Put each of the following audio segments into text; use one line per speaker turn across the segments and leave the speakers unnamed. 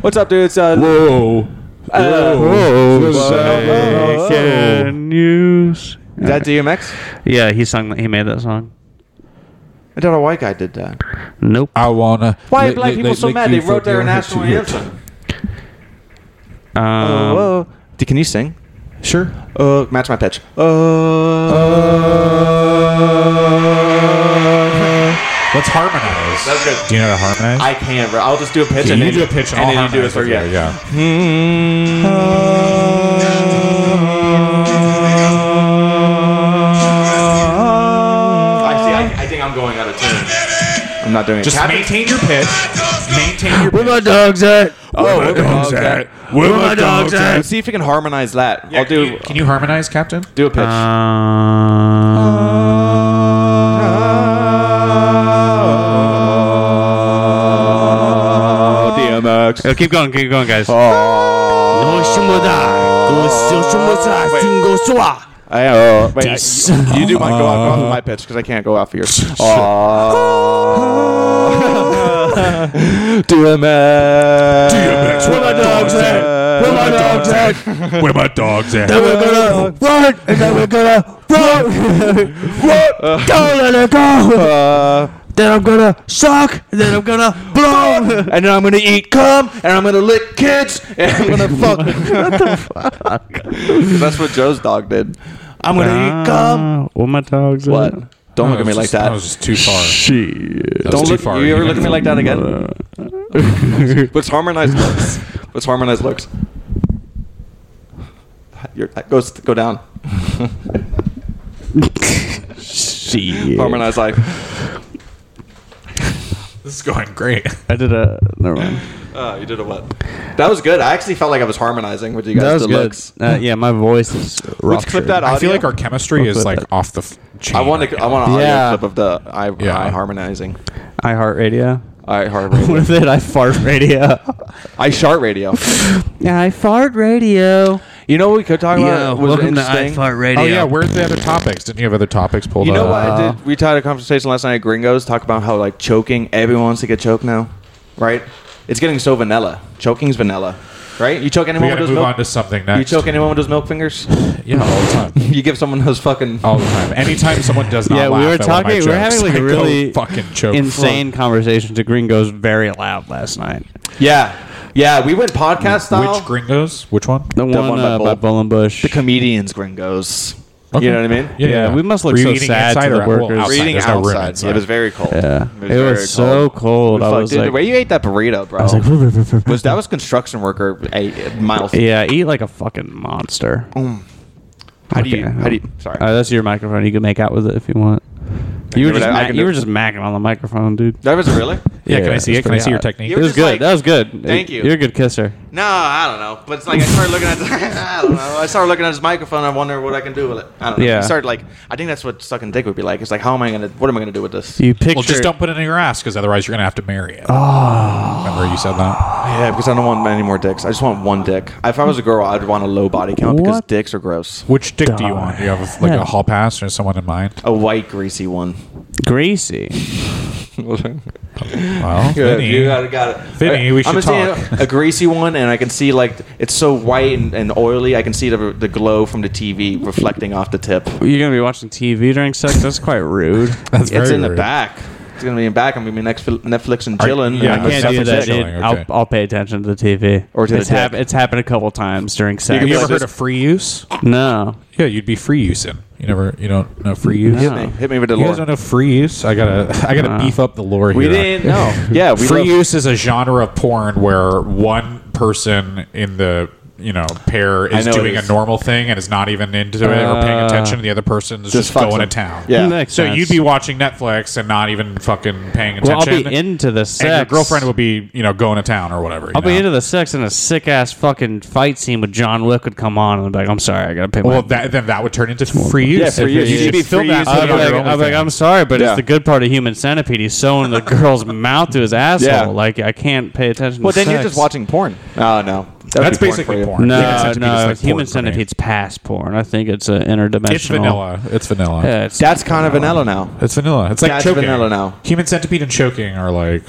What's up, dude? It's uh,
Whoa.
uh,
Whoa.
Whoa.
Can you? s-
Oh. is that DMX?
Uh, Yeah, he sung. He made that song.
I don't know why guy did that.
Nope.
I wanna.
Why are
lick-
black
lick-
people
lick-
so
lick
mad?
you
They wrote
from
their
your head to
national
your-
anthem.
Um,
Oh, whoa. D- Can you sing?
Sure.
Uh, match my pitch. Uh,
Let's harmonize.
That's good.
Do you know how to harmonize?
I can't. I'll just do a pitch.
Yeah,
and
you
then-
do a pitch and,
and
I'll
then you do a
harmonize
third.
with
Yeah. Mm-hmm.
you, yeah. Uh,
I see. I, I think I'm going out of tune. I'm not doing it.
Just
Cap-
maintain your pitch. Maintain your
Where my dogs at?
Oh, where my
dogs at?
Where
my dogs at?
Let's see if you can harmonize that. I'll
Can
do
you, can you harmonize, Captain?
do a pitch. Uh, oh, DMX.
Oh, keep going, keep going, guys.
I, uh, wait, I, you, you do my go off, go off my pitch because I can't go off of yours. Oh. DMX.
DMX, where my dogs at?
Where my dogs
at? Where my dogs at?
We're gonna run, and then we're gonna run, run. Don't let it go.
Uh,
Then I'm gonna suck, and then I'm gonna blow.
and then I'm gonna eat cum, and I'm gonna lick kids, and I'm gonna fuck. what the fuck? That's what Joe's dog did. I'm gonna eat cum.
Ah, Where my dogs
What?
at?
Don't
No,
look at me
was
like
Oh, just- That
that.
was just too far.
Shit.
That was
Don't
too
look.
far.
You ever look
had
at
to-
me like that again? Let's harmonize looks. Let's harmonize looks. Your go go down.
Shit.
Harmonize life.
This is going great.
I did a. Never mind.
Uh, you did a what? That was good. I actually felt like I was harmonizing with you guys. the looks.
Uh, yeah, my voice is.
Let's clip that audio.
I feel like our chemistry is like off the f- chain.
I want
right
to. I
now.
want an audio
Yeah.
clip of the I,
Yeah.
I harmonizing.
iHeartRadio.
I
What
harmonizing.
if it? I fart radio.
I shart radio.
I fart radio.
You know what we could talk
Yeah,
about? was
welcome to
interesting?
iFart Radio.
Oh yeah, where's the other topics? Didn't you have other topics pulled
You know what
up?
I did? We had a conversation last night at Gringos, talk about how like choking, everyone wants to get choked now, right? It's getting so vanilla. Choking's vanilla, right? You choke
We
anyone with
gotta
those
move on
milk.
to something
You
next.
choke anyone with those milk fingers.
Yeah, all the time.
you give someone those fucking.
all the time. Anytime someone does not
Yeah, we
laugh
were
at one of my
talking. We were
jokes,
having like
I
a
go
really
fucking choke.
insane conversation. To Gringo's very loud last night.
Yeah, yeah. We went podcast style.
Which gringos? Which one?
The one,
one by
uh, by
Bull-
Bullenbush.
the comedians Gringos. You know what I mean?
Yeah, we must look
Were you
so
eating
sad to
inside
the
or- well,
workers.
outside.
Reading
There's no room
outside.
inside.
It was very cold.
yeah,
it was,
it
very
was so cold.
We
I
fucked-
was
dude, the way
like,
you ate that burrito, bro.
I was like,
was that was construction worker a miles?
yeah, eat like a fucking monster.
Oh, How do you?
Okay.
How do you? Sorry.
Uh, that's your microphone. You can make out with it if you want. You were
give it
just
a- I
ma-
can
you
do
were
it.
just macking on the microphone, dude.
that was really.
Yeah, can I see
it's
it? Can I
pretty
see your
hot.
technique?
You
It
were
was
just
good.
like-
that was good.
Thank you.
You're a good kisser.
No, I don't know. But it's like I started looking at the, I don't know. I started looking at his microphone. I wonder what I can do with it. I don't know.
Yeah.
You start like I think that's what sucking dick would be like. It's like how am I gonna? What am I gonna do with this?
You picture.
Well, just don't put it in your ass because otherwise you're gonna have to marry it.
Ah.
Remember you said that?
Yeah, because I don't want any more dicks. I just want one dick. If I was a girl, I'd want a low body count because
What?
dicks are gross.
Which dick do you want? Do you have like a hall pass or someone in mind?
A white greasy one.
greasy.
Well,
Good,
Vinny,
you got it. Got it.
Vinny, we
I'm
should
gonna
talk.
see A, a greasy one, and I can see like it's so white and, and oily. I can see the, the glow from the TV reflecting off the tip.
You're gonna be watching TV during sex. That's quite rude.
That's
it's
very
in the
rude.
back. It's gonna be in back. I'm gonna be next Netflix and
Are-
chilling.
yeah,
and
I
I'm
Can't
gonna-
That's
do
what they're
that, dude.
doing,
I'll,
okay.
I'll pay attention to the TV.
Or to the
it's, hap-
dick.
it's happened a couple times during sex.
can be
You ever
like
heard
this.
of free use?
no,
Yeah, you'd be free using. You never, you don't know free use.
No.
Hit me, hit me with the
You guys don't
lore.
know free use? I gotta, I gotta beef up the lore
We
here.
didn't know. Yeah, we
free
love-
use is a genre of porn where one person in the you know pair is
know it
doing
is.
a normal thing and is not even into it or paying attention. The other person is just,
fucks
going
them.
to town.
Yeah.
Makes
So
sense.
you'd be watching Netflix and not even fucking paying attention.
Well, I'll be into the sex.
and your girlfriend would be you know going to town or whatever. you
I'll be
know?
into the sex, and a sick ass fucking fight scene with John Wick would come on, and I'd be like, "I'm sorry, I gotta pay."
Well,
my-
that, then that would turn into free use.
Yeah, free
If
use.
you
You'd be
film
free
that
use
on
I'd be
your
like, I'd be like,
OnlyFans.
I'm sorry, but
Yeah.
it's the good part of human centipede. He's sewing the girl's mouth to his asshole.
Yeah.
Like I can't pay attention.
Well,
to
then you're
sex.
just watching porn. Oh no.
That's
be porn
basically
for you.
porn. Human
No,
centipede is
no,
like porn for
human
me.
centipede's past porn. I think it's an interdimensional.
It's vanilla. It's vanilla.
Yeah, it's-
That's kind of vanilla now.
It's vanilla. It's like
That's
choking.
vanilla now.
Human centipede and choking are like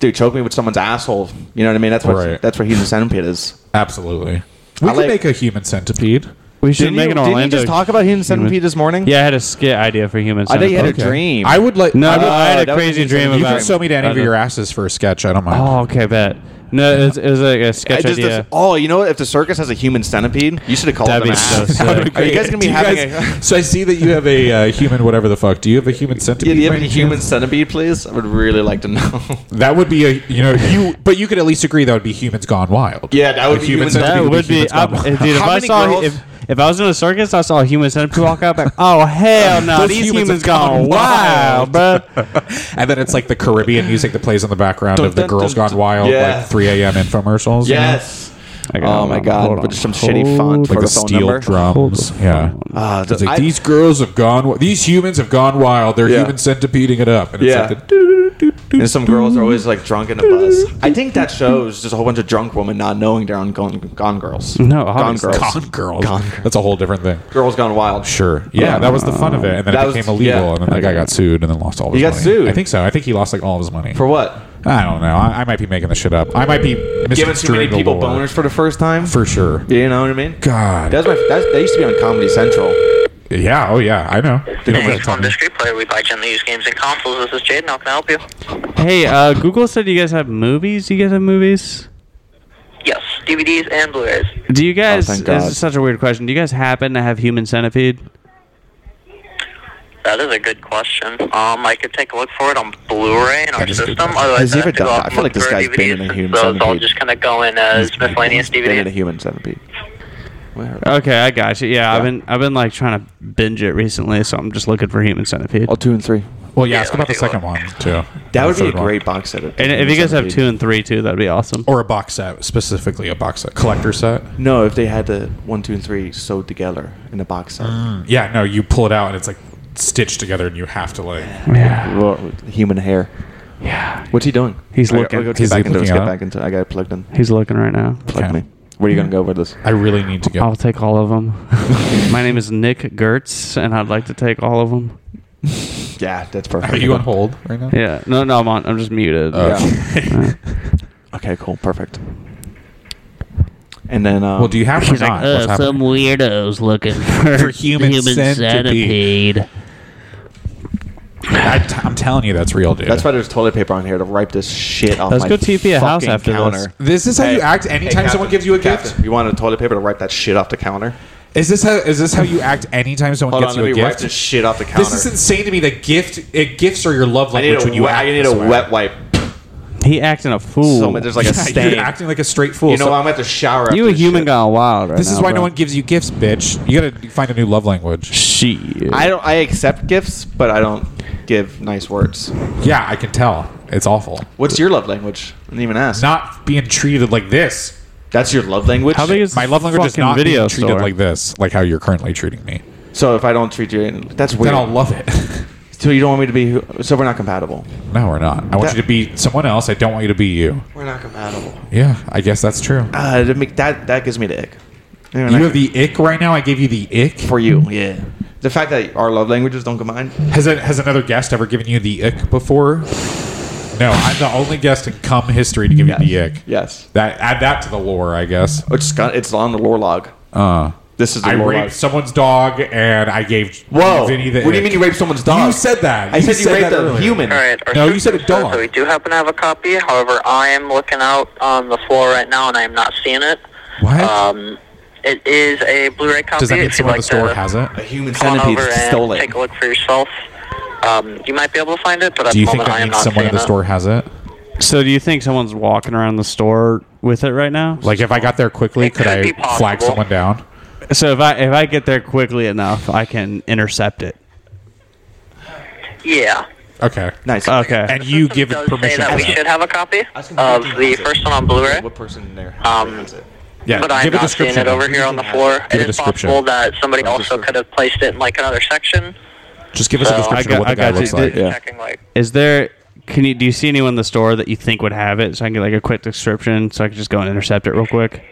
Dude, choke me with someone's asshole. You know what I mean? That's what
Right.
that's what human centipede is.
absolutely. We
I
could
like-
make a human centipede.
we should
Didn't
make
you,
an
didn't you
Orlando.
just talk about human centipede this morning?
yeah, I had a skit idea for human
I
centipede.
think you had a dream.
I would like.
No,
I would-
I had
that
a
was
crazy
just-
dream
you
you
about.
can show me to any of
about-
your asses for a sketch. I don't mind.
Oh, okay, bet. No, it was, it was like a
I
sketch
just-
uh,
idea.
oh, you know what? If the circus has a human centipede, you should have called
That'd
it an
be Oh, so
ass.
sick.
Are you guys gonna be
Do you
having
guys- so I see that you have a uh, human whatever the fuck. Do you have a human
a? Yeah,
centipede?
do you
by
have any
any
human
chance?
centipede, please? I would really like to know.
That would be a you know you, but you could at least agree that would be humans gone wild.
Yeah, that would be human
That
centipede
would be.
humans
I,
gone wild.
dude, if
How
I
many
saw
girls-
if, if I was in a circus, I saw a human centipede walk out. Like, oh hell no!
Those
these
humans
humans,
have gone
gone wild, bro.
and then it's like the Caribbean music that plays in the background of the
dun,
Girls
dun,
Gone
dun.
Wild,
Yeah.
like 3 a.m. infomercials. you know?
yes.
I got
Oh
one.
my
Hold
god! But
on.
just some shitty font for
like the
the phone
steel
number.
drums. Yeah.
Ah,
It's like
I-
these girls have gone. wi- These humans have gone wild. They're
Yeah.
human centipeding it up. And it's
Yeah.
like the doo-
And some girls are always like drunk in a bus. I think that shows just a whole bunch of drunk women not knowing they're on Gone, gone Girls.
No,
Gone
obviously.
Girls.
gone girls. That's a whole different thing.
Girls Gone Wild.
Sure. Yeah, that was the fun of it, and then
That
it
was-
became illegal,
yeah.
and then that guy got sued, and then lost all. Of his
He got
money.
sued.
I think so. I think he lost like all of his money.
For what?
I don't know. I, I might be making this shit up. I might be
Giving too many
misconstruing the
people
law.
boners for the first time.
for sure.
You know what I mean?
God.
That's my. That's, that used to be on Comedy Central.
yeah. Oh yeah. I know. You know what
Hey,
I'm
on
talking
the
about.
street player, we buy gently used games and consoles. This is Jaden. How can I help you?
Hey, uh, Google said you guys have movies. You guys have movies.
Yes, DVDs and Blu-rays.
Do you guys?
Oh, thank
this
God.
is such a weird question. Do you guys happen to have human centipede?
That is a good question. Um, I could take a look for it on Blu-ray in our
is a good
system.
question.
Otherwise,
Has he
I'd have
ever
to go
done
out
that? I
and
feel
look
like this
for
guy's been
DVDs,
in a human
so it's all
centipede.
just kind of go in as miscellaneous
Been in a
DVDs.
human centipede. Where?
Okay, I got you. Yeah, I've been I've been like trying to binge it recently, so I'm just looking for human centipede.
Oh, two and three.
Well, yeah.
Yeah,
Ask about the
okay,
second one too.
That
Or
would
the
be a
third one.
great box set. of
And if
human
you guys have
centipede.
two and three too, that'd be awesome.
Or a box set, specifically a box set, collector set.
No, if they had the one, two, and three sewed together in a box set,
Yeah, no, you pull it out and it's like stitched together, and you have to like.
Well, with human hair.
Yeah,
What's he doing?
He's
I- I-
looking.
Let's
He's
get back into.
looking
Let's get
up.
back into. I got it plugged in.
he's looking right now.
Plug
Okay.
me. Where are you gonna go with this?
I really need to get.
I'll take all of them. My name is Nick Gertz, and I'd like to take all of them.
Yeah, that's perfect.
Are you on hold right now?
Yeah, no, no, I'm on. I'm just muted.
Oh.
Yeah. okay, cool, perfect. And then, uh,
Well, do you have it or not? What's
Uh, some
happening?
weirdos looking for,
For human centipede.
centipede.
I t- I'm telling you, that's real, dude.
that's why there's toilet paper on here to wipe this shit off.
Let's
my
go TP a house
fucking
after this.
counter.
This is how you act
Hey,
anytime someone
Captain,
gives you a
Captain,
gift.
You want a toilet paper to wipe that shit off the counter?
Is this how is this how you act anytime someone
Hold
gives
on, let
you
me
a
wipe
gift?
this shit off the counter.
This is insane to me. That gift, it, gifts are your love
I need
language
a,
when you
wet,
act.
I need
this
a
way.
wet wipe.
he acting a fool.
So there's like a
Yeah,
stain.
You're acting like a straight fool.
you know,
So-
I'm at the shower.
you a
after this
human
shit.
gone wild right
this is
now,
why
bro.
no one gives you gifts, bitch. You gotta find a new love language.
Shit.
I don't. I accept gifts, but I don't give nice words.
Yeah, I can tell. It's awful.
What's your love language? I didn't even ask.
Not being treated like this.
That's your love language.
How big is
My
this
love language is
fucking
not
video
being treated
store?
like this, like how you're currently treating me.
so if I don't treat you, that's weird.
Then I'll love it.
So you don't want me to be? who- So we're not compatible.
no, we're not. I want
That-
you to be someone else. I don't want you to be you.
We're not compatible.
Yeah, I guess that's true.
Uh, that make- that that gives me the ick. You know,
You
like,
have the ick right now. I gave you the ick.
for you, yeah. The fact that our love languages don't combine.
Has a, has another guest ever given you the ick before? No, I'm the only guest in cum history to give you the ick.
Yes,
That add that to the lore, I guess.
it's got- it's on the lore log.
Uh,
This is the
I
lore log.
raped someone's dog and I gave
Whoa!
Vinny the
what do you
ick.
mean you raped someone's dog?
You said that.
I
You
said you
said
raped
that
a
earlier.
human.
All right. our
No, you said a
system says
dog.
that We do happen to have a copy. However, I am looking out on the floor right now, and I am not seeing it.
What?
Oh.
Um, it is a Blu-ray copy.
Does that mean
if you'd
someone at
like
the store
to
has it?
A human
come on
centipede
over and
stole it.
take a look for yourself. Um, you might be able to find it, but at
Do you
the
think
moment I
that
am
means
not
someone
seeing
at the
it.
store has it?
So do you think someone's walking around the store with it right now?
Like if I got there quickly,
It
could
could
I
be possible.
flag someone down?
So if I if I get there quickly enough, I can intercept it.
Yeah.
Okay.
Nice.
Okay.
And you
System
give
does
permission.
Say that
to
we
that.
should have a copy
Ask him
of
if he
the
has it.
first one on Blu-ray.
What person in there?
Um,
has it?
Yeah,
but I'm
give a
not seeing
description.
it over here on the floor.
Give a
it is
description.
possible that somebody
Oh,
also
description.
could have placed it in like another section.
Just give us a
So-
description
I
of what the
got- I
guy
got
looks
you.
like.
Yeah.
Checking like
Is there? Can you do you see anyone in the store that you think would have it? So I can get like a quick description, so I can just go and intercept it real quick.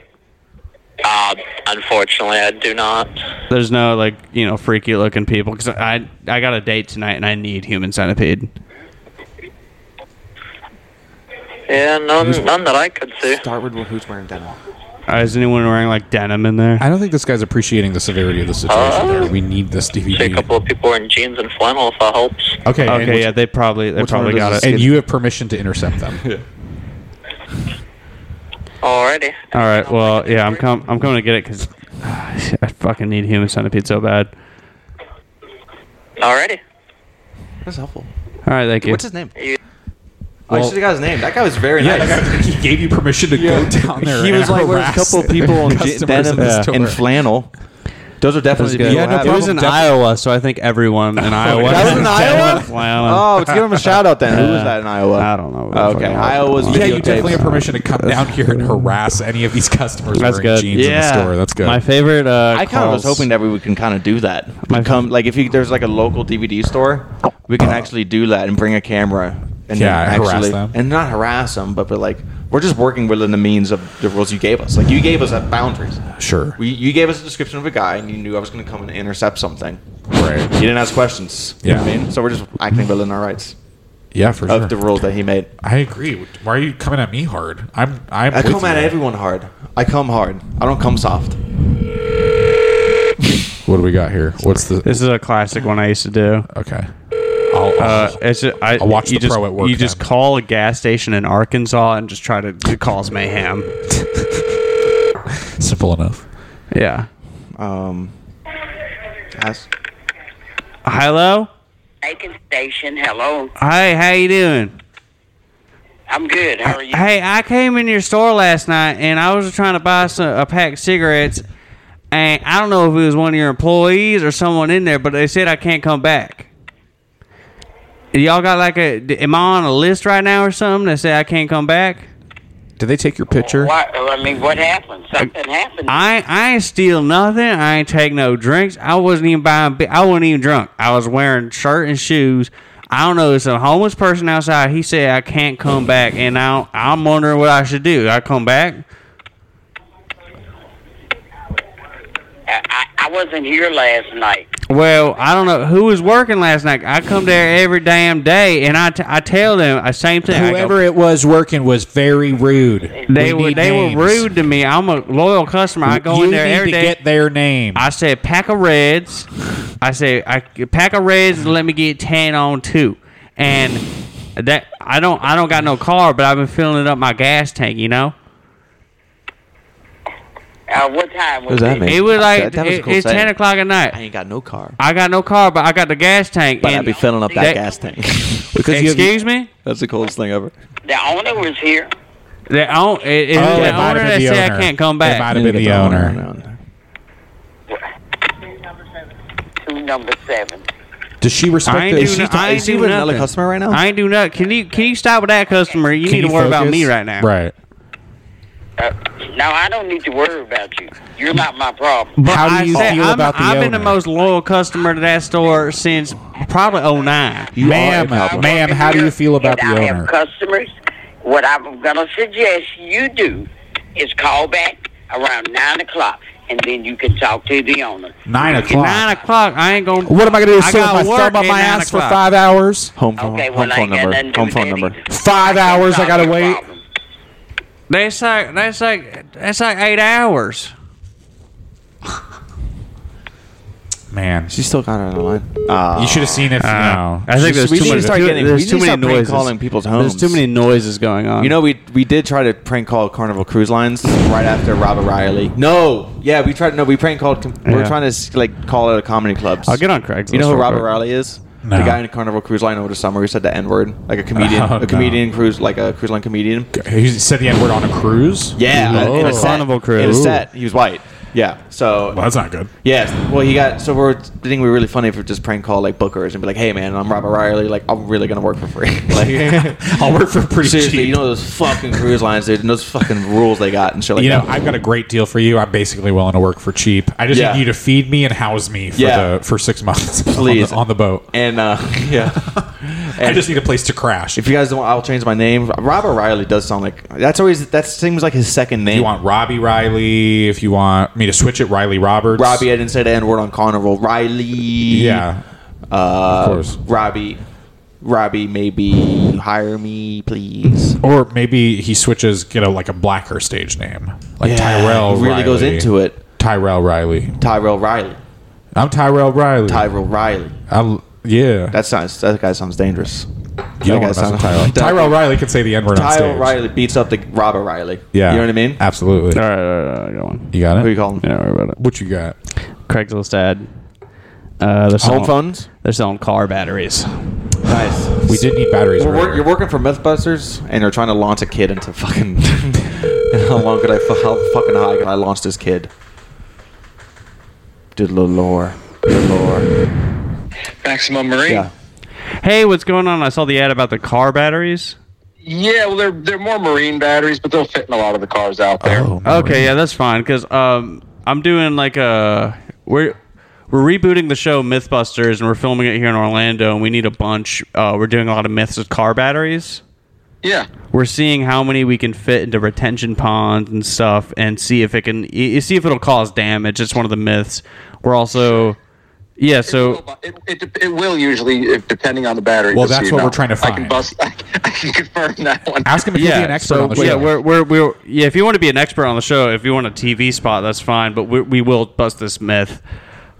Uh, unfortunately, I do not.
There's no like you know freaky looking people because I I got a date tonight and I need human centipede.
Yeah, none, none that I could see.
Start with who's wearing denim.
Uh, is anyone wearing like denim in there?
I don't think this guy's appreciating the severity of the situation.
Uh,
There, we need this
See a
DVD.
couple of people wearing jeans and flannel if that helps.
Okay, and,
Okay,
which-
yeah, they probably they
which one
probably
of those
got
is
it.
and you have permission to intercept them.
Alrighty.
All right, well, yeah, I'm com- I'm coming to get it because I fucking need human centipede so bad.
Alrighty.
That's helpful.
All right, thank you.
What's his name?
You-
oh, you
Well-
should have got his name. That guy was very
Yeah,
nice.
that guy- he gave you permission to go down there.
he
and
was like with a
harass
couple of people in je-
customers
denim
in the
and-
store.
and flannel. Those are definitely
good.
people
Yeah, no
happy.
it was in
Def-
Iowa, so I think everyone in Iowa.
That was in
Denim,
Iowa?
flannel.
Oh, let's give him a shout out then. Who was that in Iowa? Oh,
I don't know.
Okay, Iowa's
Yeah, you
videotapes.
definitely have permission to come down here and harass any of these customers
That's
wearing
good.
jeans in the store. That's good.
My favorite. Uh,
I kind of was
calls-
hoping that we would can kind of do that.
My-
We come like if you, there's like a local DVD store, we can actually do that and bring a camera and
Yeah,
then
harass
actually
them.
and not harass them, but but like we're just working within the means of the rules you gave us. Like you gave us uh, boundaries.
sure.
We, you gave us a description of a guy, and you knew I was going to come and intercept something. You
right.
didn't ask questions. You know what I
Yeah.
mean, so we're just acting within our rights
Yeah, for sure.
of the rules that he made.
I agree. Why are you coming at me hard? I'm. I'm.
I
with
come
you.
at everyone hard. I come hard. I don't come soft.
What do we got here? What's the?
This is a classic one I used to do.
okay. I'll,
Uh, it's just, I,
I'll watch
you
the
just,
pro at work
You just
then.
call a gas station in Arkansas and just try to, to cause mayhem.
simple enough.
Yeah.
Um, ask-
Hello.
Aiken Station. Hello.
Hey, how you doing?
I'm good. How are you?
Hey, I came in your store last night and I was trying to buy some, a pack of cigarettes, and I don't know if it was one of your employees or someone in there, but they said I can't come back. Y'all got like a? d- Am I on a list right now or something that say I can't come back?
Did they take your picture?
Why, I mean, what happened? Something happened.
I I ain't steal nothing. I ain't take no drinks. I wasn't even buying. be- I wasn't even drunk. I was wearing shirt and shoes. I don't know. It's a homeless person outside. He said I can't come back, and I I'm wondering what I should do. I come back.
I, I, I wasn't here last night.
Well, I don't know who was working last night. I come there every damn day, and I, t- I tell them the same thing. I go,
Whoever it was working was very rude. We
they were
need
they
names.
were rude to me. I'm a loyal customer. I go
you
in there
need
every
to
day.
get their name.
I said pack of reds. I said I pack of reds. and Let me get ten on two, and that I don't I don't got no car, but I've been filling it up my gas tank. You know,
Uh, what time was
What does that
it?
mean?
it was like
That- that was a
it-
cool
it's
saying.
ten o'clock at
I
night.
ain't got no car,
I got no car, but I got the gas tank.
but
and
I'd be filling up that
they-
gas tank.
you have-
Excuse me.
That's the coolest thing ever.
The owner was here.
The, own, it, it,
Oh,
the
it might have
owner
been
that
the
said
owner.
I can't come
It
back.
might have been the owner.
Two number seven.
Does she respect?
I ain't
the-
do
is she
no-
ta-
I ain't
is she
do
with-
nothing.
another customer right now?
I ain't do nothing. Can you can you stop with that customer? You
Can
need to
you
worry about
focus?
me right now.
Right.
Uh, now, I don't need to worry about you. You're not my problem.
But
How do
I
you
said,
feel
I'm,
about the
I've been the
owner?
most loyal customer to that store since probably 09.
You are
ma'am,
a problem.
ma'am, how do you feel about the
And I
owner?
have customers. What I'm going to suggest you do is call back around 9 o'clock, and then you can talk to the owner.
Nine
At Nine o'clock. I ain't gonna.
What am I going to do?
I
Sit with
gotta
my
work
thumb up
at
my
nine
ass for
o'clock.
five hours?
Home phone,
Okay, well,
home
I
phone
ain't got nothing
number.
to
Home
do
phone
with that
number.
either.
Five hours. I
Solve
got to
your
wait.
problem.
That's like that's like that's like eight hours.
Man,
She's still got her on the line. Uh,
you should have seen if. no.
I think
there's
there's
we too
too
need to many-
many.
start too- getting- there's we
there's
need too to many
too many
stop prank noises.
noises.
calling people's homes.
There's too many noises going on.
You know, we we did try to prank call Carnival Cruise Lines right after Rob O'Reilly. No, yeah, we tried. No, we prank called. We were
Yeah.
trying to s- like call out of comedy clubs.
I'll get on Craigslist.
You know who
real
Rob
quick.
O'Reilly is?
No.
The guy in Carnival Cruise Line over the summer who said the N word, like a comedian,
Oh,
a
no.
comedian cruise, like a cruise line comedian.
He said the N word on a cruise?
Yeah,
Oh.
in a set.
Carnival cruise.
In a set, he was white. Yeah, so
Well, that's not good.
Yes. Well, he got so we're thinking we were really funny if we just prank call like bookers and be like, "Hey, man, I'm Robert Riley. Like, I'm really gonna work for free. Like,
I'll work for pretty
seriously,
cheap.
you know those fucking cruise lines, dude, and those fucking rules they got and shit like
You know,
that.
I've got a great deal for you. I'm basically willing to work for cheap. I just
Yeah.
need you to feed me and house me for
Yeah.
the for six months on the-
Please.
on the, boat.
and uh, yeah,
I just need a place to crash. If
If you guys don't, I'll change my name. Rob O'Reilly does sound like that's always that seems like his second name.
you want Robbie Riley, if you want me to switch it, Riley Roberts.
Robbie, I didn't say the N word on Carnival. Riley.
Yeah.
Uh,
Of course.
Robbie. Robbie, maybe hire me, please.
Or maybe he switches, you know, like a blacker stage name, like
Yeah,
Tyrell.
he really goes
Riley.
into it.
Tyrell Riley.
Tyrell Riley.
I'm Tyrell Riley.
Tyrell Riley.
I'm, yeah.
That sounds. That guy sounds dangerous.
you don't
that guy
want to mess with
sounds-
Tyrell.
that-
Tyrell Riley can say the N word on
Tyrell
stage.
Riley beats up the Rob O'Reilly.
Yeah.
You know what I mean?
Absolutely.
All right, all right, all right, go on.
You got
Who you
it?
calling?
Yeah, don't worry about it.
What you got?
Craigslist ad. Uh, they're selling,
Home phones.
They're selling car batteries.
Nice.
We did need batteries.
We're
earlier.
work, you're working for MythBusters, and they're trying to launch a kid into fucking. how long could I? fu- How fucking high could I launch this kid? Did little lore, good lore.
Maximum Marine.
Yeah,
Hey, what's going on? I saw the ad about the car batteries.
Yeah, well, they're they're more marine batteries, but they'll fit in a lot of the cars out there.
Okay, yeah, that's fine. Cause um, I'm doing like a we're we're rebooting the show MythBusters, and we're filming it here in Orlando, and we need a bunch. Uh, we're doing a lot of myths with car batteries.
Yeah,
We're seeing how many we can fit into retention ponds and stuff, and see if it can y- y- see if it'll cause damage. It's one of the myths. We're also yeah, so
Oh, it, it, it will usually, if, depending on the battery.
Well,
just so
that's
you
what
know.
we're trying to
I
find.
can bust. I, can confirm that one.
Ask him if he'll be an expert
so,
on the show.
Yeah, we're, we're, we're, yeah, if you want to be an expert on the show, if you want a TV spot, that's fine. But we, we will bust this myth.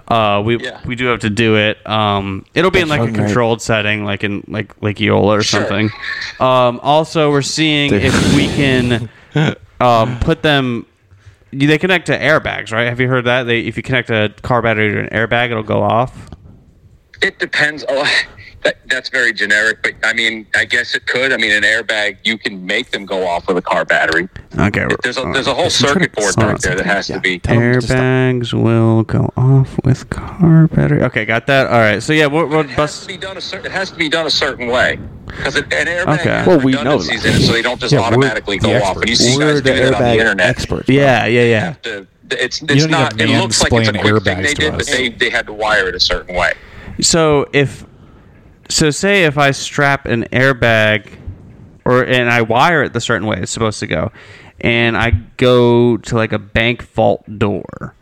Uh, we
Yeah.
we do have to do it. Um, it'll be in like a controlled setting, like in like like Eola or something. Um, also, we're seeing if we can um, put them. you- They connect to airbags, right? Have you heard that? They if you connect a car battery to an airbag, it'll go off.
It depends. Oh, that, that's very generic, but I mean, I guess it could. I mean, an airbag, you can make them go off with a car battery.
Okay,
There's a there's a whole circuit board back there that has to be.
Airbags will go off with car battery. Okay, got that. All right. So yeah, we're,
It
we're
has
bus.
to be done a certain. It has to be done a certain way. Because an airbag
Okay.
has
Well, we know
redundancies
that.
in it, so they don't just
Yeah, we're
automatically
the
go off. When you see
we're
guys
the
do that on the
airbag
internet,
expert.
Yeah, yeah, yeah.
the, the, it's
don't
it's
need
not.
to
It looks like it's a
mansplain
quick thing
airbags
they
to
did, but
us.
they, they had to wire it a certain way.
So if so, say if I strap an airbag, or and I wire it the certain way it's supposed to go, and I go to like a bank vault door,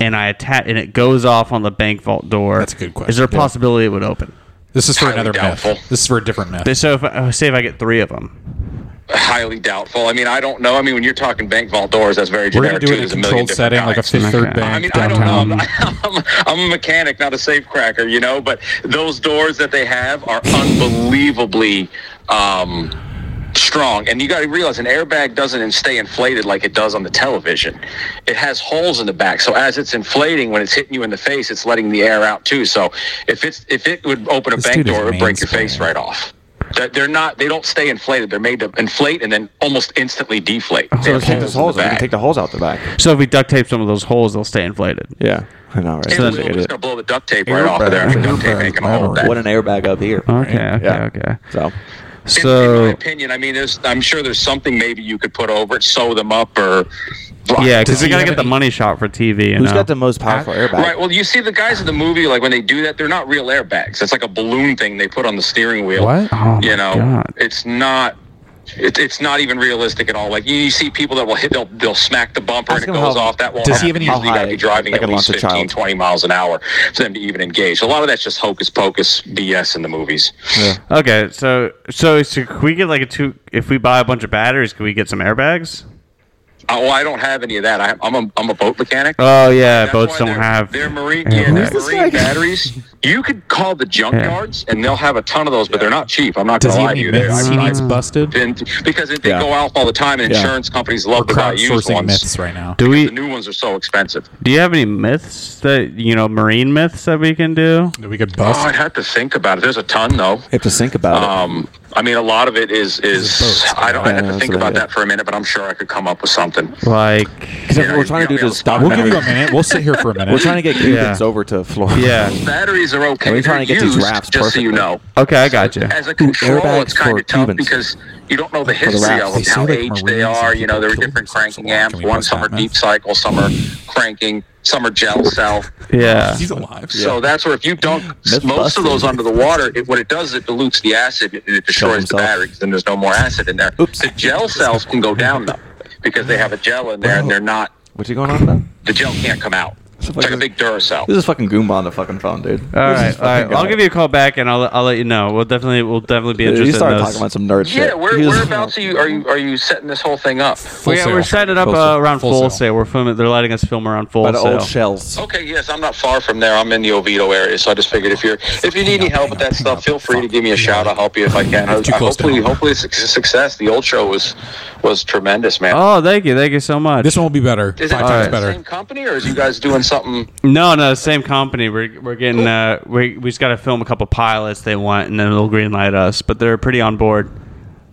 and I attach, and it goes off on the bank vault door.
Mm-hmm. That's a good
Is there a
question. Yeah.
possibility it would open?
this is for
Highly
another
doubtful.
myth. This is for a different myth.
So if I, say if I get three of them,
Highly doubtful. I mean, I don't know. I mean, when you're talking bank vault doors, that's very
we're gonna
generic.
do
too.
it in a
There's million
controlled
different
setting, like a
kinds.
fifth third
Okay.
bank
I mean,
downtown.
I don't know. I'm, I'm, I'm a mechanic, not a safe cracker, you know. But those doors that they have are unbelievably um, strong, and you got to realize an airbag doesn't in- stay inflated like it does on the television. It has holes in the back, so as it's inflating, when it's hitting you in the face, it's letting the air out too. So if it's if it would open a
This
bank
dude is
door, it would break your face
mansplaining.
right off. That- They're not. They don't stay inflated. They're made to inflate and then almost instantly deflate. They
So
have
just take those
in the
holes. out. You can
back.
take the holes out the back.
so if we duct tape some of those holes, they'll stay inflated.
Yeah, I know, right?
It will, but it's going to blow the duct tape right off of there. I mean, duct tape ain't going to hold that.
What an airbag up here.
Okay, okay,
Yeah.
okay.
So
In- in, my
So
opinion, I mean, there's, I'm sure there's something maybe you could put over it, sew them up, or
yeah, because we
he
gotta
have
get the
any-
money shot for TV. You
who's
know?
got the most powerful airbag?
Right. Well, you see the guys in the movie, like when they do that, they're not real airbags. It's like a balloon thing they put on the steering wheel.
What?
Oh my
you know,
God.
it's not. It, it's not even realistic at all. Like you, you see people that will hit, they'll they'll smack the bumper
Ask
and it
him
goes
how-
off. That won't.
Does he
happen.
even-
Usually you
how
got to
high
be driving
they
at
can
least
launch a
15,
child?
20 miles an hour for them to even engage. A lot of that's just hocus pocus BS in the movies.
Okay, so so so can we get like a two? If we buy a bunch of batteries, can we get some airbags?
Uh, well, I don't have any of that. I, I'm a, I'm a boat mechanic.
Oh yeah,
That's
boats
why
don't
they're-
have.
They're marine, yeah, they're
Who's this
marine batteries. You could call the junkyards, and they'll have a ton of those, but they're not cheap. I'm not
Does
going
he have
to lie to
any
you. They're,
myths he
I've-
needs
I've
busted?
been th- because they
Yeah.
go off all the time, and
Yeah.
insurance companies
We're
love to buy used
crowdsourcing
ones.
myths right now.
do
The
we
new ones are so expensive.
do you have any myths that you know marine myths that we can do?
we could
Oh, I'd
bust.
have to think about it. There's a ton though.
have to think about
Um, I mean, a lot of it is is
boats.
I don't.
Yeah,
I'd have
that's
to think
what I-
about that for a minute, but I'm sure I could come up with something.
Like
Because
yeah,
we're trying
you
to
gotta
do
be
this
able to
documentary.
We'll give you a minute. We'll sit here for a minute.
We're trying to get Cubans
Yeah.
over to Florida.
yeah.
Batteries are okay.
We're trying to
They're
get these
used,
wraps
just so you
perfectly.
know.
Okay, I got you.
as a control,
airbags
it's kind
for
of tough
Cubans.
because you don't know the
the
history
rats.
of
They
them,
say,
how
like,
aged they
Marines and
are. You know,
people
there are
kill
different
themselves a
cranking
lot.
amps.
Can we
One,
bust
some
that
are deep
myth?
cycle, some are cranking. some are gel cell.
Yeah.
He's alive.
So that's where if you dunk
That's
most
busted.
of those under the water, it, what it does is it dilutes the acid and it destroys the
himself.
batteries. Then there's no more acid in there.
Oops.
The gel cells can go down though because they have a gel in there and they're not.
What's he going on about?
The gel can't come out. It's like a big Duracell.
This is fucking Goomba on the fucking phone, dude.
All right, all right. I'll give you a call back, and I'll, I'll let you know. We'll definitely we'll definitely be
Dude,
interested.
he started
in
talking
those.
about some nerd shit.
Yeah, where,
He was-
whereabouts are you, are you are you setting this whole thing up?
Full
we,
sail.
we're setting it up
Full
uh,
sail.
around full,
Full
sail.
sail.
We're filming. They're letting us film around full
By the
sail.
old shells.
Okay, yes, I'm not far from there. I'm in the Oviedo area, so I just figured if you're if you need any help with that stuff, feel free to give me a shout. I'll help you if I can. I,
Too
I-
close to
hopefully,
home.
hopefully it's a success. The old show was was tremendous, man.
oh, thank you, thank you so much.
This one will be better.
Is it
Five times
right.
the
better.
same company, or is you guys doing something?
no, no, same company. We're, we're getting uh, we we just got to film a couple pilots they want, and then they'll greenlight us. But they're pretty on board.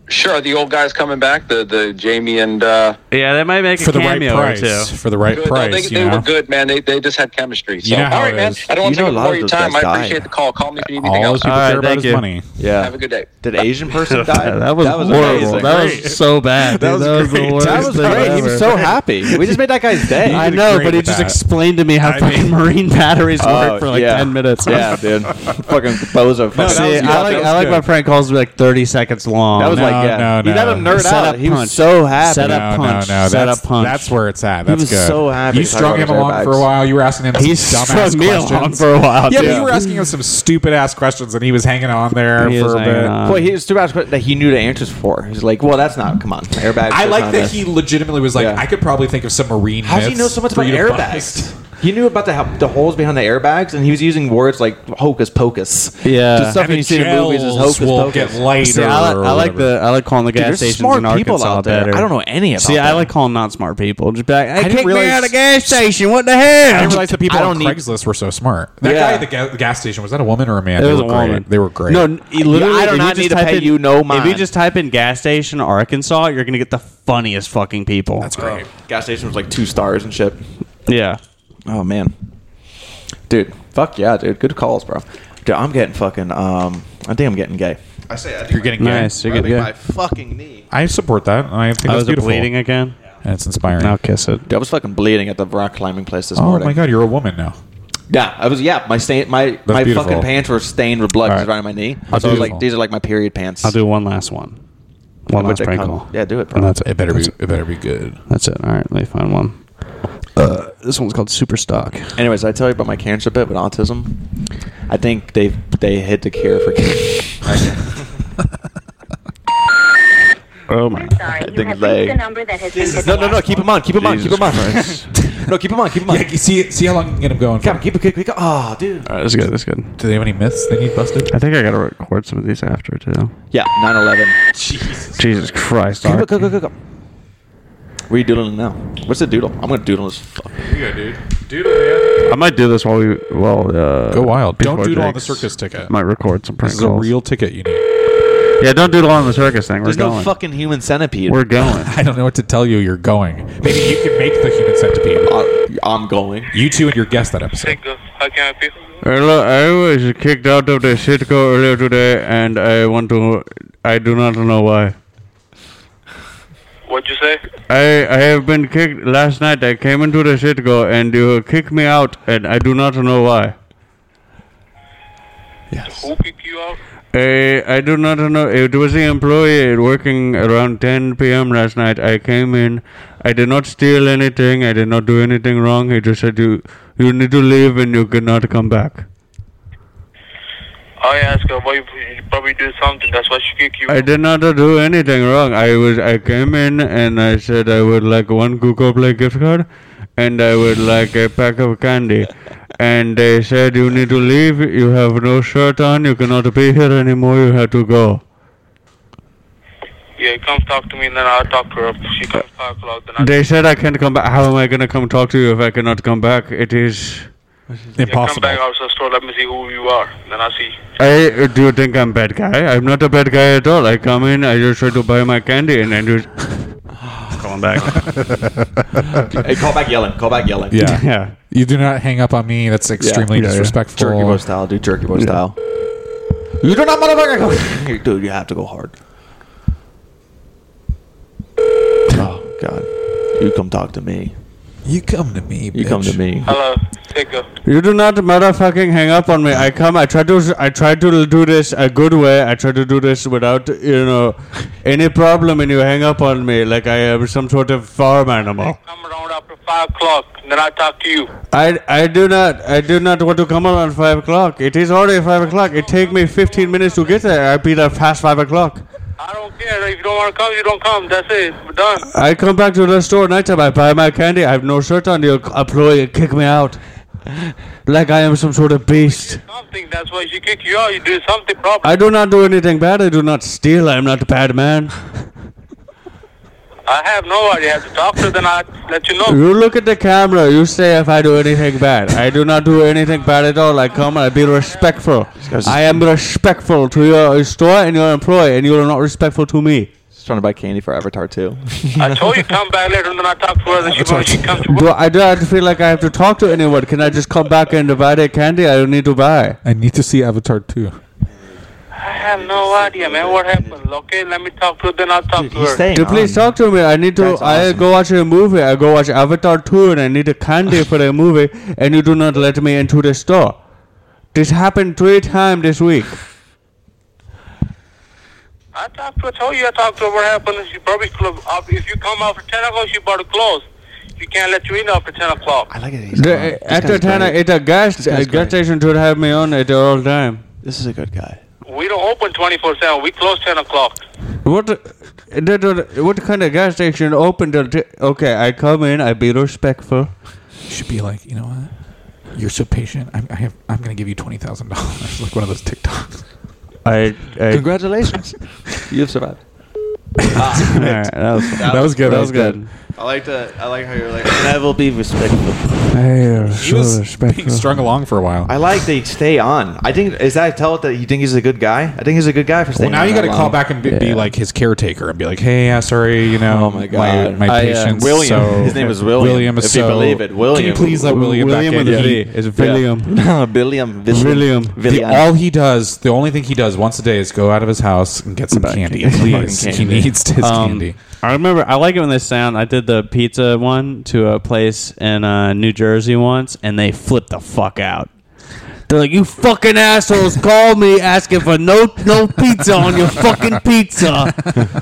Sure, are the old guys coming back. The the Jamie and uh,
Yeah, they might make a
For the right
cameo
price.
or two.
For the right
good. No,
price,
they,
you
they
know.
were good, man. They, they just had chemistry. So
You know how
all right,
it
man.
is.
I don't
You know a
want to take up
lot
more
of
of your
those
time. I
guys die.
appreciate the call. Call me if you need anything
All those
else.
people
All right,
care about
thank
is
you.
money.
Yeah.
Have a good day.
Did Asian person die?
That was, horrible.
amazing.
That was so bad.
That
dude.
was
the
great.
worst
That was
thing
great. He
ever.
was so happy. We just made that guy's day.
He
I
did
know,
great
but he
with
just
that.
explained to me how
I
fucking
mean-
marine batteries
Oh,
work for like
yeah.
ten minutes.
Yeah, dude. fucking bozo. Fucking.
that
See,
was-
I like
that was
I like
good.
my prank calls to be like thirty seconds long.
That was
No,
like yeah.
no,
He let
no.
him nerd
Set
out.
up
He was
punch.
so happy.
Set up punch.
No, no,
Set
that's,
up punch.
That's where it's at. That's
was
good.
so happy
You
to talk about
strung him
his
along
airbags.
for a while. You were asking him
He
some dumbass
strung me
questions.
along for a while.
yeah,
too.
but you were asking him some stupid ass questions, and he was hanging on there
He was
for a
hanging
bit.
on.
Boy, he was too bad that he knew the answers for. He's like, well, that's not. Come on, airbags.
I
that's
like
not
that
this.
he legitimately was like,
Yeah.
I could probably think of some marine.
How does he
myths
know so much
for
about
you to
airbags?
bust.
He knew about the the holes behind the airbags, and he was using words like hocus pocus.
Yeah.
just stuff you
And the
see in movies is
gels
hocus
will
pocus.
get later.
See, I, like,
or
I like
whatever.
the I like calling the gas
Dude, there's
stations
smart
in Arkansas
people out there.
better.
I don't know any about
See, I
that.
like calling not smart people. Just be like, hey,
didn't
kick me
realize-
out of the gas station. What the
I
hell?
didn't realize the people
I don't
on
need-
Craigslist were so smart. That
Yeah.
guy at the, ga- the gas station was that a woman or a man?
It
they
was
were
a
great.
woman.
They were great.
No, n- you literally,
I do
if you
not
just
need to
type
pay
in-
you no
If you
mind.
just type in gas station Arkansas, you're gonna get the funniest fucking people.
that's great.
gas station was like two stars and shit.
yeah.
Oh man, dude, fuck yeah, dude, good calls, bro. Dude, I'm getting fucking. Um, I think I'm getting gay. I say I do.
You're getting
Nice.
nice.
You're good. Yeah.
fucking knee.
I support that. I think
Oh,
that's
is it
beautiful.
bleeding again?
And it's inspiring.
I'll kiss it.
Dude, I was fucking bleeding at the rock climbing place this
Oh
morning.
my god, you're a woman now.
Yeah, I was. Yeah, my stain, my my
beautiful.
fucking pants were stained with blood 'cause
All
it's
right.
right on my knee.
That's
so I was
beautiful.
like, these are like my period pants.
I'll do one last one. One
Would
last
they
prank
come?
call.
Yeah, do it, bro.
And that's
It better be. It better be good.
That's it. All right, let me find one. Uh, this one's called Super Stock.
Anyways, I tell you about my cancer bit with autism. I think they they hit the cure for cancer.
Oh my!
Sorry,
think
you have
they-
reached the number that has been
no, no, no. Keep him on. Keep him on. Keep him on. no, keep him on. Keep him on.
Yeah, you see, see how long you can get him going.
Come,
For.
keep it, keep it, keep it. Oh, dude.
All right, that's good. That's good.
Do they have any myths they need busted?
I think I gotta record some of these after too.
Yeah, 9-11.
Jesus Christ!
Keep
Ark.
it, go, go, go, go. What are you doodling now? What's the doodle? I'm gonna doodle this. Fuck.
Here you go, dude. Doodle, man.
I might do this while we well uh,
Go wild. Don't
before
doodle on the
Jake's-
circus ticket.
Might record some prank
This is a
calls.
real ticket you need.
yeah, don't doodle on the circus thing. We're
There's
going.
no fucking human centipede.
We're going.
I don't know what to tell you. You're going. Maybe you can make the human centipede.
Uh, I'm going.
You two and your guest that episode.
How can I help you?
Hey, look, I was kicked out of the Citgo earlier today, and I want to. I do not know why.
What'd you say?
I I have been kicked last night. I came into the Citgo, and you kicked me out, and I do not know why.
Who kicked you out?
I, Uh, I do not know. It was the employee working around 10 p.m. last night. I came in. I did not steal anything. I did not do anything wrong. He just said, you, you need to leave and you cannot come back.
I asked her, why you you probably did something, that's why she kicked you.
I did not do anything wrong. I was I came in and I said I would like one Google Play gift card and I would like a pack of candy. And they said, you need to leave. You have no shirt on. You cannot be here anymore. You have to go.
yeah, come talk to me and then I'll talk to her. If She comes 5 o'clock, then I'll
They said I can't come back. How am I gonna come talk to you if I cannot come back? It is.
yeah, come
Impossible.
back out to the store, let me see who you are, then I'll see.
I do you think I'm bad guy? I'm not a bad guy at all. I come in, I just try to buy my candy, and I just come back.
Hey, call back yelling. Call back yelling.
Yeah.
yeah.
You do not hang up on me. That's extremely
Yeah, yeah.
disrespectful.
Jerky boy style, dude. Jerky boy style. You do not motherfucker go. dude, you have to go hard. Oh God, you come talk to me.
You come to me.
You come to me.
Hello, Tico.
You do not motherfucking hang up on me. I come. I try to. I try to do this a good way. I try to do this without you know any problem, and you hang up on me like I am some sort of farm animal.
Come around after 5 o'clock, and then I'll talk to you.
I, I do not I do not want to come around five o'clock. It is already five o'clock. It take me fifteen minutes to get there. I be there past five o'clock.
I don't care. If you don't want to come, you don't come. That's it. We're done.
I come back to the store nighttime. I buy my candy. I have no shirt on. You employee kick me out, like I am some sort of beast.
Something. That's why she kicked you out. You did something proper.
I do not do anything bad. I do not steal. I am not a bad man.
I have nobody. I have to talk to. Then I'll let you know.
You look at the camera. You say if I do anything bad. I do not do anything bad at all. I come and I be respectful.
guy's-
I am respectful to your store and your employee, and you are not respectful to me.
Just trying to buy candy for Avatar too.
I told you come back later, and then I talk to her. Then she, when she comes to
Do
work.
I do I have to feel like I have to talk to anyone? Can I just come back and buy the candy I need to buy?
I need to see Avatar too.
I have no idea, man. What happened? Okay, let me talk to her. Then I'll talk to her.
staying.
Dude, please talk to me. I need to.
um, That's
I
awesome.
go watch a movie. I go watch Avatar 2 and I need a candy for the movie and you do not let me into the store. This happened three times this week.
I talked to her. I told you I talked to her. What happened? She probably clo- uh, if you come out for ten o'clock, she bought a clothes. She can't let you in after ten o'clock.
I like it.
The, uh, after 10, I at a gas,
guy's
a
great.
gas station should have me on at all time.
This is a good guy.
We don't open twenty four seven. We close ten o'clock.
What the- the- the- what kind of gas station opened? till t- Okay, I come in, I be respectful.
You should be like, you know what? You're so patient. I'm, I have, I'm going to give you $20,000. Like one of those TikToks.
I, I
Congratulations, you have survived.
Alright, that was
Ah, That was good.
That was good.
I like to. I like how you're like. I will be respectful.
He was being strung along for a while.
I like that you stay on. I think is that a tell that you think he's a good guy. I think he's a good guy for
well,
staying.
now
on
you
that
got to
long.
call back and be, be
Yeah.
like his caretaker and be like, "Hey, yeah, sorry, you know,
Oh my God.
my, my
I, uh,
patient's
William.
so-
His name is William,
William is
if you
so-
believe it,
Can you
William.
please let William,
William
back
with
in?
a V.
He-
It's William.
No, William.
William.
William.
The
The,
William.
all he does, the only thing he does once a day is go out of his house and get some
Back and
candy.
get some
Please,
fucking
he
candy.
needs his
Um,
candy.
I remember I like it when they sound. I did the pizza one to a place in uh, New Jersey once, and they flipped the fuck out. They're like, "You fucking assholes, call me asking for no no pizza on your fucking pizza.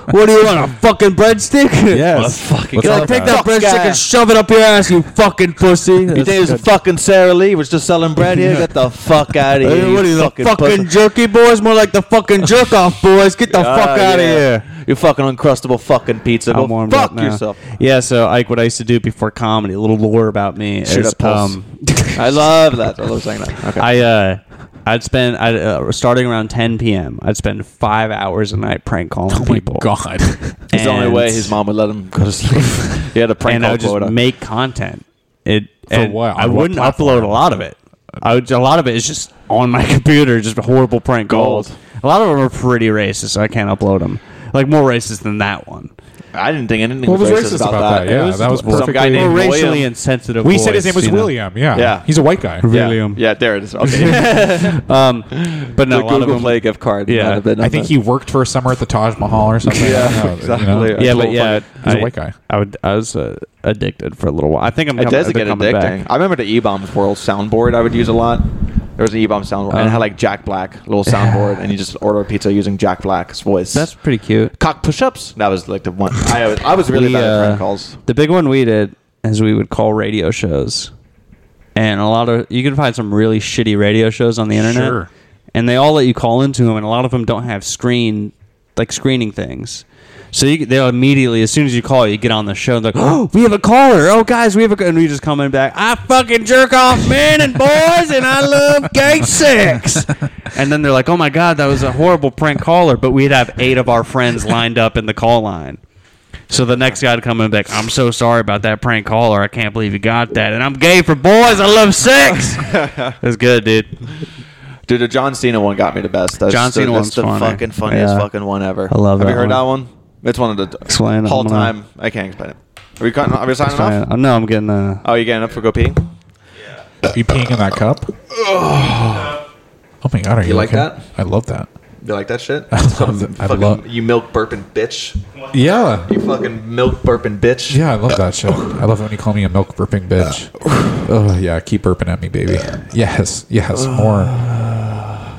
What do you want? A fucking breadstick?
Yes. What's
You're
all
like, take
about?
that breadstick
guy.
and shove it up your ass, you fucking pussy.
You think it was fucking Sarah Lee was just selling bread here? Get the fuck out of here!
Hey, what are you, the fucking,
pussy.
jerky boys? More like the fucking jerk off boys. Get the fuck
Ah,
out of
yeah.
here.
You fucking uncrustable fucking pizza. Go
I'm warmed
fuck
up now.
yourself.
Yeah, so like what I used to do before comedy, a little lore about me
Shoot
is
up pulse.
um,
I love that. I love saying that. Okay.
I uh, I'd spend I uh, starting around 10 p.m. I'd spend five hours a night prank calling
Oh my
people.
god.
It's the only
And-
way his mom would let him go to sleep. he had a prank
and I
call
would just
quota.
make content. It and
what?
I
On what
wouldn't
platform?
upload a lot of it. I would, a lot of it is just on my computer, just horrible prank
Gold.
calls. A lot of them are pretty racist, so I can't upload them. Like more racist than that one.
I didn't think anything
What
was
was
racist, about, that.
Yeah, that was
some guy
perfectly-
named
More racially
William.
insensitive.
we said his name
voice,
was
you know?
William. Yeah.
Yeah.
He's a white guy.
Yeah.
William.
Yeah, there it is. Okay.
But no,
the
a lot of
Google
them.
Play gift card.
Yeah.
might have been
I
on
think
that.
he worked for a summer at the Taj Mahal or something.
Yeah,
I don't know, you
exactly.
know?
yeah,
That's
but
a
yeah,
little
He's a
I-
white guy.
I would, I was uh, addicted for a little while. I think I'm.
It
coming-
does
they're
get
coming
addicting.
back.
I remember the E Bombs World soundboard I would use a lot. There was an E Bomb soundboard, and it had like Jack Black little soundboard, and you just order pizza using Jack Black's voice.
That's pretty cute.
cock push-ups. That was like the one. I was, I was really
We,
bad at
uh,
prank calls.
The big one we did is we would call radio shows, and a lot of you can find some really shitty radio shows on the internet,
Sure.
and they all let you call into them, and a lot of them don't have screen like screening things. So you, they'll immediately, as soon as you call, you get on the show. And they're like, "Oh, we have a caller! Oh, guys, we have a." ca-" And we just come in back. I fucking jerk off men and boys, and I love gay sex. And then they're like, "Oh my god, that was a horrible prank caller!" But we'd have eight of our friends lined up in the call line. So the next guy to come in and be like, I'm so sorry about that prank caller. I can't believe you got that. And I'm gay for boys. I love sex. That's good, dude.
Dude, the John Cena one got me the best. That's
John Cena
the,
one's
that's the
funny.
fucking funniest
Yeah.
fucking one ever.
I love
Have you
that
heard that
one.
one? It's one of the
Explain it.
all
I'm gonna-
time. I can't explain it. Are we cutting? Are we signing off?
Oh, no, I'm getting uh,
Oh, you getting up for go pee?
You peeing in that cup? Oh my god, are you,
like
okay?
that?
I love that.
You like that shit? Some
I
fucking-
love-
you milk burping bitch.
Yeah.
You fucking milk burping bitch.
Yeah, I love that shit. I love it when you call me a milk burping bitch. Oh yeah, keep burping at me, baby. Yes, yes, more.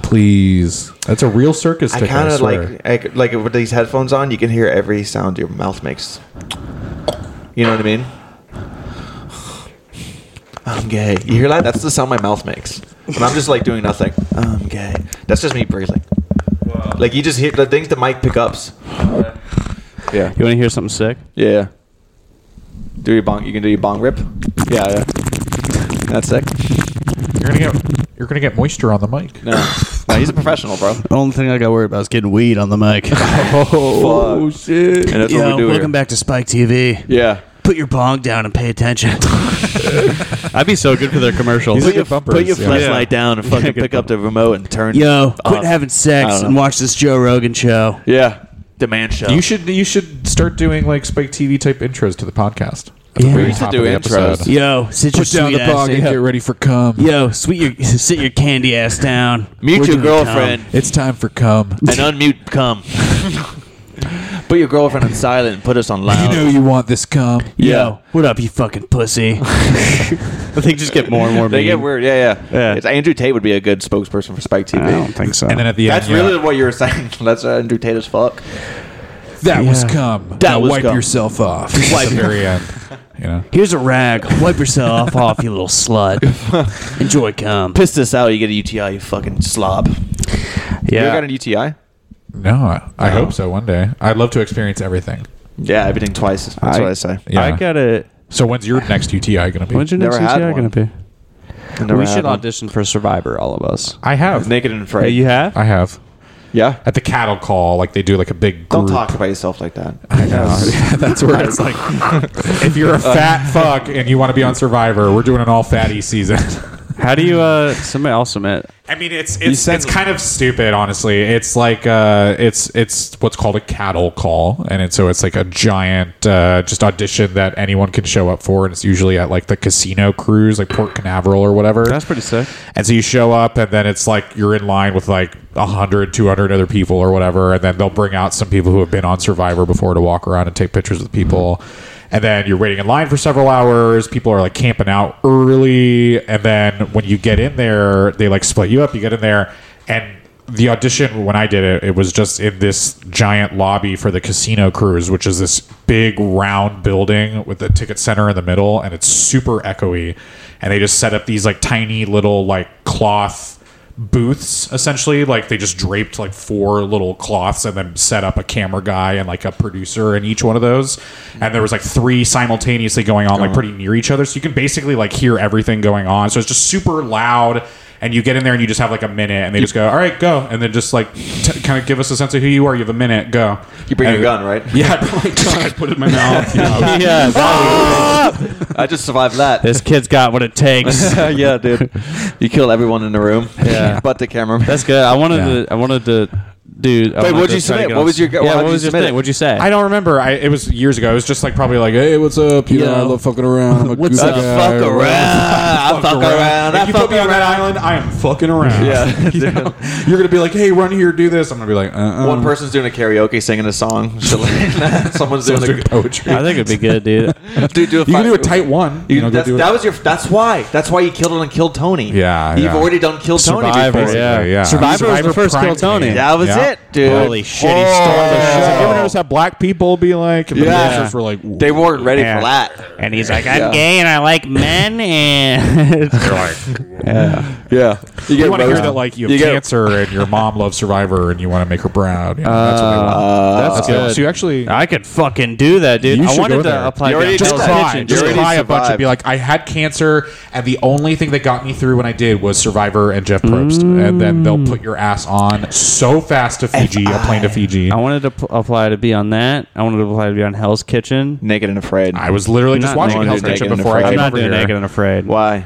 Please. That's a real circus
I
ticket. I,
kind of
swear.
like, like like with these headphones on, you can hear every sound your mouth makes. You know what I mean? I'm gay. You hear that? That's the sound my mouth makes. And I'm just like doing nothing. I'm gay. That's just me breathing. Like you just hear the things the mic pick ups. Yeah.
You want to hear something sick?
Yeah. Do your bong. You can do your bong rip. Yeah. yeah. That's sick.
you're gonna get you're gonna get moisture on the mic.
No. no, he's a professional, bro.
The only thing I got to worry about is getting weed on the mic.
Oh shit. And that's what
Yo,
we do.
welcome
here.
back to Spike TV.
Yeah.
Put your bong down and pay attention.
I'd be so good for their commercials.
These are good bumpers.
Put your
yeah.
flashlight down and fucking pick up the remote and turn.
Yo, quit
off.
having
I don't
sex
know.
and watch this Joe Rogan show.
Yeah. Demand show.
You should you should start doing like Spike TV type intros to the podcast. At the
Yeah.
very
We
used to
top
do
of the
intros.
episode.
Yo, sit your
Put down
sweet
the
ass
bong and get ready for cum.
Yo, sweet your sit your candy ass down.
Mute
We're
your
doing cum.
girlfriend
It's time for cum.
and unmute cum. put your girlfriend on silent and put us on
You
loud.
know you want this cum.
Yeah.
Yo, what up, you fucking pussy?
I think just get more and more.
They
mean.
get weird. Yeah, yeah.
Yeah.
It's Andrew Tate would be a good spokesperson for Spike TV.
I don't think so.
And then at the
That's
end, yeah,
really what you were saying. That's Andrew Tate as fuck.
that was
Yeah.
cum. That
was
wipe
cum.
yourself off. Wipe the very end. You know.
Here's a rag. Wipe yourself off, you little slut. Enjoy cum.
Piss this out, you get a UTI, you fucking slob. You ever
Yeah.
got an UTI?
No, I, I hope so one day. I'd love to experience everything.
Yeah, everything twice. That's what I say.
Yeah.
I got it.
so when's your next UTI going to be?
When's your next
Never had
UTI
one.
going to be?
I never
we
had
should
one.
audition for Survivor, all of us.
I have.
Naked and
Hey,
afraid.
you have?
I have.
yeah.
At the cattle call, like they do like a big group.
Don't talk about yourself like that.
I know. That's where it's like, if you're a fat fuck and you want to be on Survivor, we're doing an all fatty season.
How do you uh, submit? I'll submit.
I mean, it's it's
said-
it's kind of stupid, honestly. It's like uh, it's it's what's called a cattle call, and it's, so it's like a giant uh, just audition that anyone can show up for, and it's usually at like the casino cruise, like Port Canaveral or whatever.
That's pretty sick.
And so you show up, and then it's like you're in line with like 100, 200 other people or whatever. And then they'll bring out some people who have been on Survivor before to walk around and take pictures with people. And then you're waiting in line for several hours. People are like camping out early. And then when you get in there, they like split you up. You get in there, and the audition when I did it, it was just in this giant lobby for the casino cruise, which is this big round building with the ticket center in the middle, and it's super echoey. And they just set up these like tiny little like cloth booths essentially like they just draped like four little cloths and then set up a camera guy and like a producer in each one of those and there was like three simultaneously going on like pretty near each other so you can basically like hear everything going on so it's just super loud and you get in there and you just have like a minute and they just go all right go and then just like t- kind of give us a sense of who you are you have a minute go
You bring your
And-
gun, right?
yeah, I brought my gun. I put it in my mouth. you know.
yeah,
Ah! I just survived that.
this kid's got what it takes.
yeah, dude. You killed everyone in the room. Yeah. But the cameraman.
That's good. I wanted
Yeah.
to. I wanted to. Dude,
Wait, what'd you submit? What was your-
yeah?
how'd
What
you
was your
submit
thing?
it?
What'd you say?
I don't remember. I, it was years ago. It was just like probably like, hey, what's up? You know, I
Yo.
love fucking around. I'm a
What's
goofy
up?
guy.
fuck around. I fuck around.
If
I
you put
fuck
me on that
around.
island, I am fucking around.
Yeah,
You
dude.
know? You're gonna be like, hey, run here, do this. I'm gonna be like, uh, uh
One person's doing a karaoke, singing a song. Shit like that. Someone's doing
Someone's doing
a
poetry.
I think it'd be good, dude.
dude. Do a
you
five-
can do a tight one.
You-
You know, go
that's,
do it.
that was your. That's why. That's why you killed it and killed Tony.
Yeah,
You've
yeah.
already done killed Tony.
Survivor,
before.
Basically,
yeah. Survivor was the first
primed
Kill Tony.
me.
That was
Yeah.
it, dude.
Holy shit, he
Whoa.
stole
So Have you ever noticed how black people be like? and the
Yeah.
producers were like,
They weren't ready for that.
And he's like, I'm
Yeah.
gay and I like men and
Yeah, you get
You want to hear
roasted.
that like you have
You get-
cancer and your mom loves Survivor and you want to make her proud. You know, that's what they want.
That's
That's
good.
So you actually
I could
fucking do that, dude.
You
I
should
wanted
go
to
there.
apply
You already
to
did
just
Hell's
that.
Kitchen,
You
cry,
dude.
just
already
cry a bunch
survived.
and be like, I had cancer, and the only thing that got me through when I did was Survivor and Jeff Probst, and then they'll put your ass on so fast to Fiji, a plane to Fiji.
I wanted to p- apply to be on that. I wanted to apply to be on Hell's Kitchen.
naked and afraid.
I was literally just
Not
watching
naked
Hell's
and
Kitchen
Naked and
before I
Afraid.
came
I'm not
over
doing
here.
Naked and Afraid.
Why?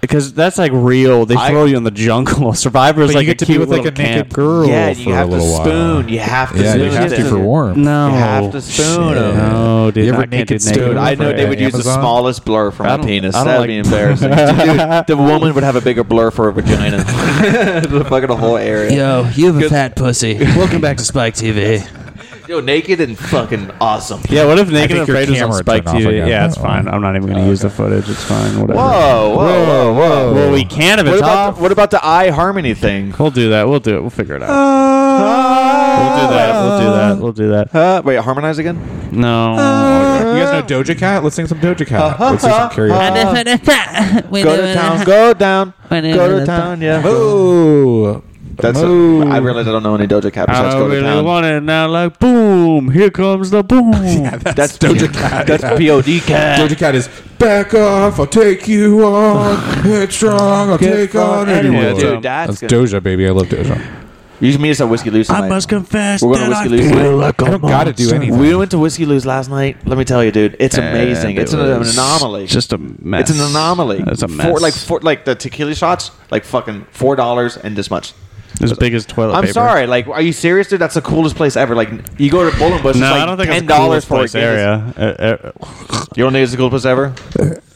because that's like real. They
I-
throw you in the jungle. Survivor is
But
like
you get
a
to be
cute
with like a
little camp.
naked girl
yeah,
for
you
a
have to
little
spoon.
while.
You have to
Yeah,
spoon.
you have to
it.
for warm.
No,
You have to spoon 'em.
No, dude,
You ever
I can't do
naked spoon
Dude, I know
for
they would use the
Amazon?
smallest blur for
I
my
don't-
penis.
I don't
That'd
like-
be embarrassing. Dude, the woman would have a bigger blur for her vagina. the fucking whole area.
Yo, you have a fat pussy. Welcome back to Spike TV.
Yo, naked and fucking awesome.
Yeah, what if
think
Naked and
your
Afraid was on
camera
Spike
turned off
TV?
again.
Yeah, it's fine. I'm not even going to use the footage. It's fine. Whatever.
Oh. Whoa, whoa, whoa.
Well, we can if
What
it's
about,
off.
the, what about the iHarmony thing?
We'll do that. We'll do it. We'll figure it out.
Oh,
we'll do that. We'll
Ah.
do that. We'll do that.
Uh, wait, harmonize again?
No.
Ah.
You guys know Doja Cat? Let's sing some Doja Cat. Let's do some karaoke.
Go to town, go down, go to town, yeah.
Ooh.
That's a,
Ooh.
I realize I don't know any Doja Cat besides
I
go to
really
town.
want it now. Like, boom! Here comes the boom.
That's Doja Cat. That's POD Cat.
Doja Cat is back off. I'll take you on. Get strong. I'll take on anyone.
Dude, that's
That's
good.
Doja, baby. I love Doja.
You should meet us at Whiskey Loose tonight.
confess
We're going to Whiskey Loose tonight.
I don't gotta do anything.
We went to Whiskey Lou's last night. Let me tell you, dude, it's amazing. it's an, an anomaly.
Just a mess.
it's an anomaly.
It's a mess.
Four, like four, like the tequila shots, like fucking four dollars and this much.
as big as toilet
I'm
paper.
sorry. Like, are you serious, dude? That's the coolest place ever. Like, you go to Bullenbush,
No,
it's like
I don't think
ten
it's the
dollars
coolest
for a
place
Guinness. Area.
area. Uh, uh,
You don't think it's the coolest place ever?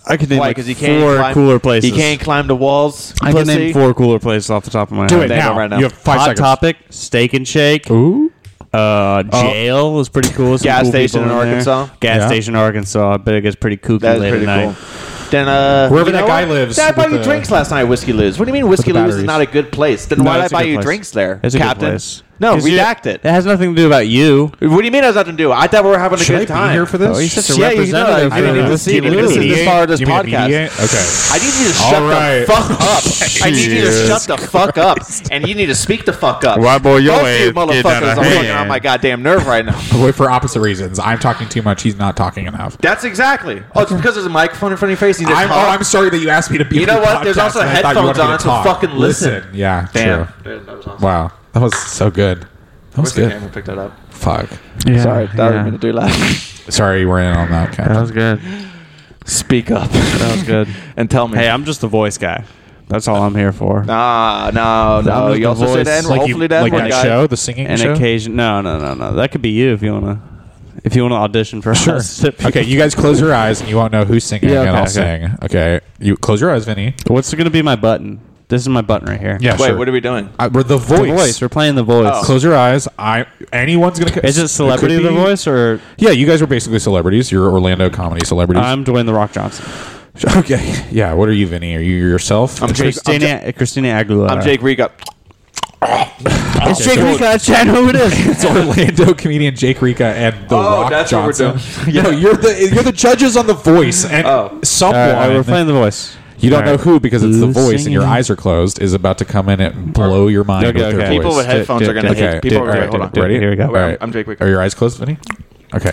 I could name
Why?
like
Because you can't
four
climb,
cooler places.
You can't climb the walls.
I can
pussy.
name four cooler places off the top of my
Do
head.
it now.
right now.
You have five
Hot
seconds.
Topic, Steak and Shake,
Ooh.
uh, Jail is pretty cool. Some
Oh. Gas
cool
station
people
in
there.
Arkansas.
Gas
Yeah.
station in Arkansas. I bet it gets pretty kooky
That's
late
pretty
at night.
cool. Then uh,
Wherever
you know
that guy
what?
lives
Did I buy
with
you
the-
drinks last night, at Whiskey Lou's. What do you mean Whiskey
the
Lou's is
batteries.
not a good place? Then
No,
why did I
it's a
buy
good
you
place.
drinks there,
It's a good
Captain?
place.
No,
'Cause you-
redact it.
It has nothing to do about you.
What do you mean it has nothing to do? I thought we were having a
Should I
good
be
time.
here for this?
a
yeah, you know,
representative
I didn't
for
even
the
see it.
Whiskey
This is
Lou's.
the part of this
You mean to
podcast.
mediate? Okay.
I need you to shut
All
the
right.
fuck up. I need you to
Jeez.
shut the fuck up, and you need to speak the fuck up.
Why, boy, your
Both
ass
you
getting
motherfuckers
out of
are fucking
hand.
on my goddamn nerve right now.
But wait for opposite reasons. I'm talking too much. He's not talking enough.
That's exactly. Oh, it's because there's a microphone in front of your face. You just
I'm, oh,
talk.
I'm sorry that you asked me to be.
You
on
know
your
what? There's
podcast,
also
and I thought you
headphones
wanted me
on,
to
so
talk.
fucking listen.
Yeah.
Damn.
True.
Dude, that was awesome.
Wow. That was so good. That was
Wish the
good.
camera picked that up.
Fuck.
Sorry, that would have been too loud.
Sorry you were in on that. Captain.
was good.
Speak up. That was
good.
and tell me.
Hey, I'm just the voice guy. That's all I'm here for.
Ah, no, no.
just
You
the
also
voice.
said that.
Like, you,
hopefully that
like
one
that
guy.
show, the singing
An
show.
occasion? No, no, no, no. That could be you if you wanna. If you wanna audition for
Sure.
us. If you-
okay, you guys close your eyes and you won't know who's singing,
Yeah,
and
okay,
I'll
okay.
sing. Okay, you close your eyes, Vinny.
What's gonna be my button? This is my button right here.
Yeah,
Wait,
sure.
what are we doing?
I, we're the voice.
The voice. We're playing the voice.
Oh.
Close your eyes. I anyone's gonna.
Is it celebrity
could
the
be-
voice or
Yeah, you guys are basically celebrities. You're Orlando comedy celebrities.
I'm Dwayne the Rock Johnson?
okay. Yeah. What are you, Vinny? Are you yourself?
I'm Jake. I'm,
Christina, Christina Aguilera.
I'm Jake Riga.
It's Jake Rico. I don't know who it is.
It's Orlando comedian Jake Rica and The
Oh,
Rock
that's what we're
Johnson.
doing.
No, you're the you're the judges on The Voice, and
Oh.
someone
All right, we're playing the voice.
you don't
All
know
right.
who because it's The
Who's
Voice and your
singing?
eyes are closed is about to come in and blow your mind
Okay,
with their
okay.
voice.
People with headphones
do-
are gonna
do-
hate.
okay,
People
do-
are gonna
alright,
hold on.
do-
Ready?
Here we go.
All right.
I'm Jake Rico.
Are your eyes closed, Vinny? Okay.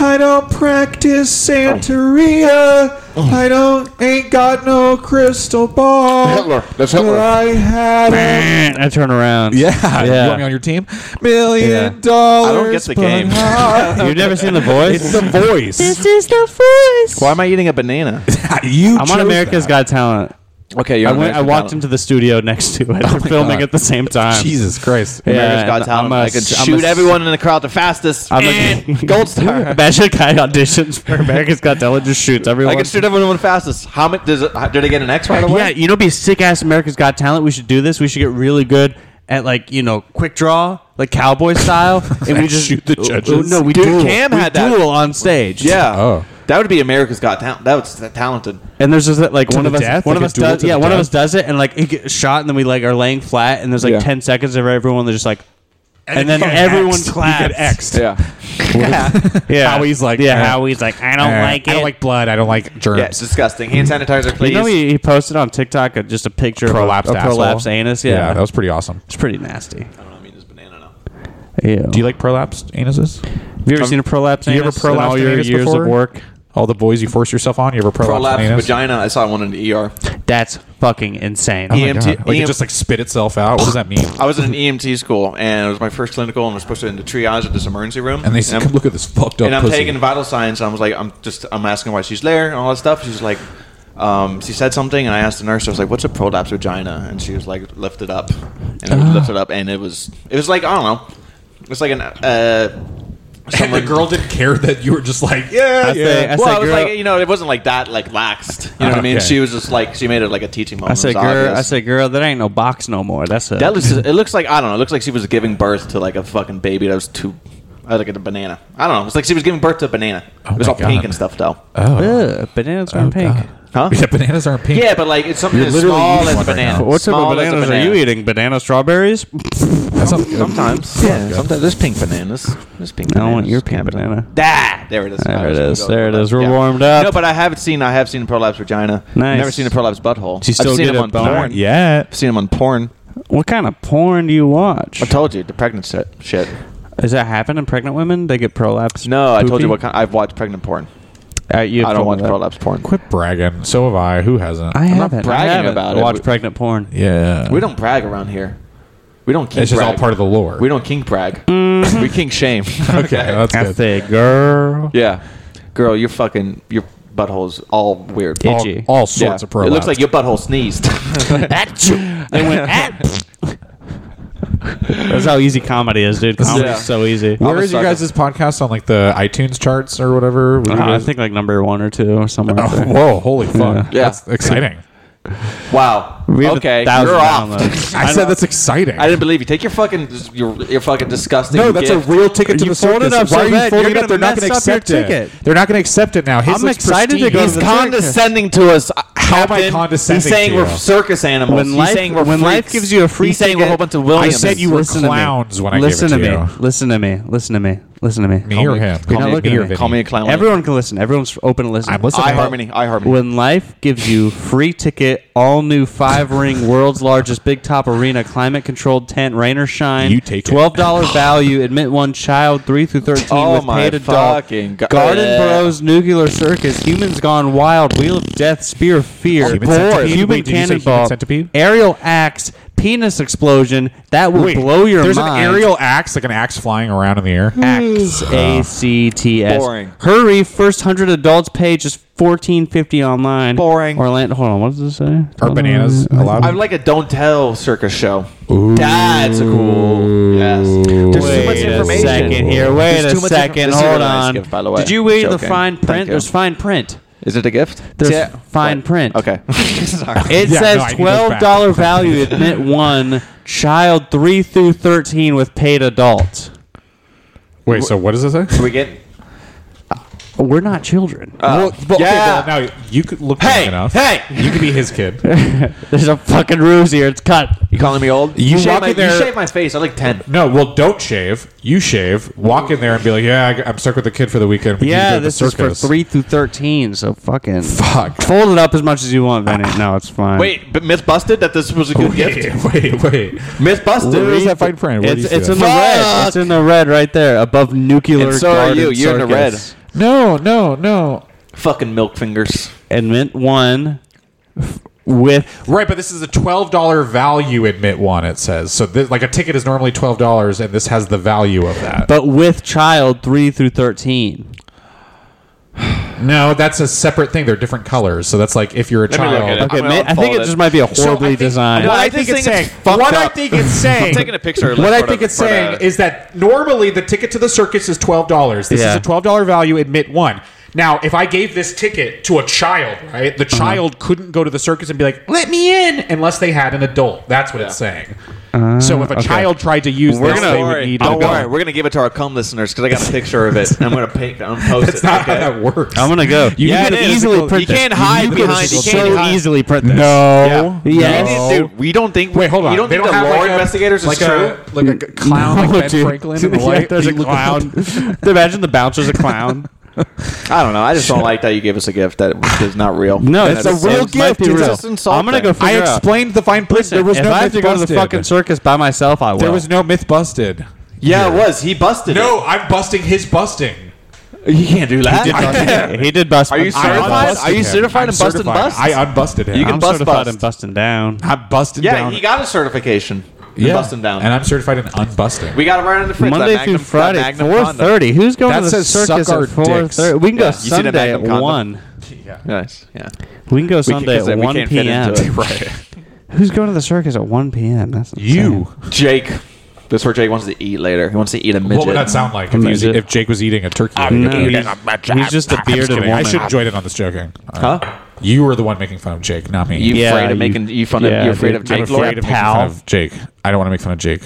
I don't practice Santeria.
Oh.
I don't ain't got no crystal ball.
Hitler. That's Hitler.
But I had a
I turn around.
yeah, you
Yeah.
want me on your team? Million
Yeah.
dollars.
I don't get the
but
game.
I-
You've never seen the voice?
it's the voice.
is the voice.
Why am I eating a banana?
you.
I'm
chose
on America's
that.
Got Talent.
okay, you're
I
on
went. I
American
walked
Talent.
into the studio next to it. We're filming
God.
at the same time.
Jesus Christ.
Yeah,
America's Got
and
Talent.
I'm a-
I could
I'm
shoot
a-
everyone in the crowd the fastest.
I'm
Eh,
a
gold star.
Imagine a guy auditions for America's Got Talent, just shoots everyone.
I can shoot everyone the fastest. How many? Does it, how- did I get an X right away?
Yeah, you know, be sick ass America's Got Talent. We should do this. We should get really good at like you know quick draw, like cowboy style, and we just
shoot the
Oh,
judges.
No, we
Dude,
duel.
Cam
we
had that.
duel on stage.
Yeah.
Oh.
That would be America's Got Talent. That was that talented.
and there's just that, like one
the
of us,
death?
one
Like
of
a
us
duel
does,
to the
yeah, one
death?
of us does it, and like it gets shot, and then we like are laying flat, and there's like
Yeah.
ten seconds of everyone that's just like, and, then
you get
everyone
X'd. You
claps.
get X'd.
Yeah.
Yeah,
Howie's like,
yeah,
eh.
Howie's like, I don't
Eh,
like it.
I don't like blood. I don't like germs.
Yeah, it's disgusting. Hand sanitizer, please.
you know, he, he posted on TikTok a, just a picture
Prolapsed
of a, a
asshole.
prolapse anus. Yeah,
that was pretty awesome.
it's pretty nasty.
I mean, this banana now.
Ew.
Do you like prolapsed anuses?
Have you ever seen a prolapse
you ever
anus in all
prolapsed
your
anus
years
before?
of work?
All the boys you force yourself on, you ever prolapsed
Prolapsed
anus?
vagina. I saw one in E the ER.
That's fucking insane.
Oh my
EMT
God. Like it
EM
just like spit itself out. What does that mean?
I was in an EMT school, and it was my first clinical, and we're supposed to in the triage at this emergency room.
And they said,
I'm-
"Come look at this fucked up
and I'm
pussy."
taking vital signs. And I was like, I'm just, I'm asking why she's there and all that stuff. She's like, Um, she said something, and I asked the nurse. I was like, "What's a prolapse vagina?" And she was like, "Lift it up," and it would lift it up, and it was it was like I don't know, it was like an uh,
And the girl didn't care that you were just like, "Ah, yeah, yeah.
I say- I
well,
say,
I was
girl-
like, you know, it wasn't like that, like laxed. You know what I mean?
Okay.
She was just like, she made it like a teaching moment.
I said,
It was
girl,
obvious.
I said, girl, that ain't no box no more. That's a
that looks. It looks like I don't know. It looks like she was giving birth to like a fucking baby that was too, I like a banana. I don't know. It's like she was giving birth to a banana.
Oh
it was
my
all pink
God.
and stuff, though.
Uh,
oh,
Ugh, bananas are pink.
God.
Huh?
yeah, bananas aren't pink.
Yeah, but like it's something
You're
as
literally
small
eating
as a
one right
banana.
now.
What type
Small
of
as a
bananas are
banana.
you eating? Banana strawberries?
That's not good.
Sometimes, yeah. Sometimes there's pink bananas. There's pink.
I
bananas.
want your pink banana.
Ah, there it is.
There
I
it
was gonna
is.
go
There
with
it
that.
is. We're warmed up.
No, but I have seen. I have seen a prolapse vagina.
Nice.
Never seen a prolapse butthole.
you still
I've seen
get
them
a
on
boner?
porn.
Yeah.
I've seen them on porn.
What kind of porn do you watch?
I told you the pregnant se- shit.
Does that happen in pregnant women? They get prolapse.
No, I told
poopy?
you what kind. I've watched pregnant porn.
Uh, you
I don't watch prolapse
prolapse.
porn.
Quit bragging. So have I. Who hasn't?
I
not
haven't. I
bragging
haven't.
about
I
it.
watch
We-
pregnant porn.
yeah.
We don't brag around here. We don't kink
It's just
brag.
all part of the lore.
We don't kink brag.
Mm.
we kink shame.
Okay, that's
I
good.
say, girl.
yeah. Girl, you're fucking. Your butthole's all weird.
all,
Itchy.
all sorts
Yeah.
of prolapse.
It looks like your butthole sneezed.
They went at. That's how easy comedy is, dude. Comedy's
Yeah.
so easy.
Where
I'm a
is your
sucker.
guys' podcast on like the iTunes charts or whatever? Were you
Uh, I
guys-
think like number one or two or somewhere. up
Oh,
there.
whoa! Holy fuck!
Yeah.
That's exciting.
wow.
We have a
Okay.
thousand
You're off.
downloads.
I, said that's exciting.
I didn't believe you. Take your fucking your, your fucking disgusting.
no, that's a
gift.
real ticket to
You
the
folded
circus.
up so
Why are you
bad,
folding
you're
it up? They're
gonna
not going to
mess up your
accept it.
ticket.
They're not going to accept it now. His
I'm
looks
excited to
pristine.
go to
He's
the
condescending to us. How
am I condescending
He's saying
to
we're
you?
circus animals.
When
He's
life-
saying we're
when life
freaks.
gives you a free
He's saying we're a
ticket-
whole bunch of Williams.
I said you were clowns when I gave it
listen
to
to me.
you.
Listen to me. Listen to me. Listen to me.
Me or him?
You're not
Call
looking
me,
at
or
me.
Vinny?
call me a clown.
Everyone can listen. Everyone's open to listen.
I'm listening.
iHarmony. iHarmony.
When life gives you free ticket, all new five ring, world's largest big top arena, climate controlled tent, rain or shine.
You take it.
twelve dollar value, admit one child, three through thirteen
Oh
with
my
paid adult.
fucking go-
Garden
Yeah.
Bros, Nuclear Circus, Humans Gone Wild, Wheel of Death, Spear of Fear,
Human
Bored,
Centipede?
Human
Wait, did you say Human
Cannonball,
Centipede?
Aerial Axe, Penis Explosion. That will
Wait,
blow your
there's
mind.
an aerial axe, like an axe flying around in the air.
Acts A C T S.
Boring.
Hurry! First hundred adults page is fourteen fifty online.
Boring.
Orlando. Hold on. What does it say?
Are bananas allowed?
I would like a don't tell circus show. That's cool. Yes. There's
Wait
too much
a
information.
second here. Wait
There's
a
too much infor-
second.
This is a
Hold
nice
on.
gift, by the way.
Did you read the
Joking.
fine
Thank
print?
you.
There's fine print.
Is it a gift?
There's
Yeah.
fine
What?
print.
Okay. Sorry.
It
Yeah, Oh, no, I
says
need those
twelve
back.
dollar value admit one child three through thirteen with paid adult.
Wait, so what does it say?
Can we get? Uh,
We're not children.
Well, but,
yeah.
okay, well, now you could look
Hey,
young enough.
hey!
you could be his kid.
There's a fucking ruse here. It's cut.
You calling me old?
You
shave
walk
my,
in there-
You shave my face. I like ten.
No, well, don't shave. You shave. Walk in there and be like, "Yeah, I- I'm stuck with the kid for the weekend." We need to go
Yeah,
to the
this is for
circus."
three through thirteen. So fucking
Fuck.
Fold it up as much as you want, Vinny. No, it's fine.
Wait, but myth busted that this was a good gift.
Wait, wait, wait.
Myth busted.
Where is that fine print? Where do
it's,
you see
it's
that?
in the red. It's in the red right there above nuclear.
And so are
Garden
you. You're in the red.
Circus.
no, no, no.
Fucking milk fingers.
Admit one f- with
Right, but this is a twelve dollar value admit one. It says so. This, like a ticket is normally twelve dollars, and this has the value of that.
but with child three through thirteen.
no, that's a separate thing. They're different colors, so that's like if you're a
me
child.
look at it.
Okay,
I'm gonna
ma- I think
unfold
it
it.
just might be a
So
horribly designed.
What I
this
think it's
thing is
saying.
fucked
What I
up.
think it's saying.
I'm taking a picture.
What I
for the-
think it's
for the-
saying is that normally the ticket to the circus is twelve dollars. This
Yeah.
is a twelve dollar value. Admit one. Now, if I gave this ticket to a child, right,
Uh-huh.
the child couldn't go to the circus and be like, "Let me in," unless they had an adult. That's what it's saying.
Uh,
so, if a child tried to use
We're
this,
gonna,
they would need an
don't
adult.
worry. We're gonna give it to our cum listeners because I got a picture of it. and I'm gonna paint. I'm gonna post
That's
it.
not
okay?
how that works.
I'm gonna go. You
Yeah,
can
it is.
easily
You
print this.
can't hide
could
behind- you
so
can't hide.
easily print this.
no.
Yeah.
You didn't- dude, you don't think?
Wait, hold on.
You don't
They
think
don't
the
have,
lore
like, a-
investigators
like
is true?
a- like a clown
No,
like Ben
dude.
Franklin in the
Yeah,
light?
there's a
You look-
clown. Imagine the bouncer's a clown.
I don't know. I just don't like that you gave us a gift that is not real.
No,
And
it's
that
a
is-
real
it might
gift.
be
It's
real.
just I'm gonna go
I
figure out.
explained the fine print. There was
if
no
I have
myth
to go to the
busted.
fucking circus by myself, I will.
There was no myth busted.
Yeah, it was. He busted.
No, I'm busting his busting.
it. you can't do that.
he did bust.
Are you
I-
certified?
unbusted
Are you
him.
certified
I'm
in bust and
certified.
busts?
I unbusted him.
You can
I'm
bust
certified
bust.
and busting down.
I'm busting
yeah,
down.
he got a certification. and bust them down.
And I'm certified in unbusting.
we got them right in the fridge. that
Monday
Magnum- that
through Friday,
Magnum
four
condom.
thirty. Who's going
That
to the
says suck
circus
our
at four
dicks.
thirty? We can
Yeah.
go
You see the
Sunday at
Magnum condom?
one.
Nice. Yeah.
We can go
We can-
Sunday
'cause we
at one
can't fit
p.m.
into it.
right.
Who's going to the circus at one p.m.? That's insane.
You.
Jake. That's where Jake wants to eat later. He wants to eat a midget.
What would that sound like if, he was,
Midget.
if Jake was eating a turkey?
No, he's, he's just a
Just
bearded
kidding.
woman.
I should have joined in on this joking. All right.
Huh?
You were the one making fun of Jake, not me.
You
Yeah,
afraid
you-
of making? You fun? Of,
yeah,
you're afraid of
dude.
I'm
Jake?
afraid
Lloyd?
of making fun of Jake. I don't want to make fun of Jake.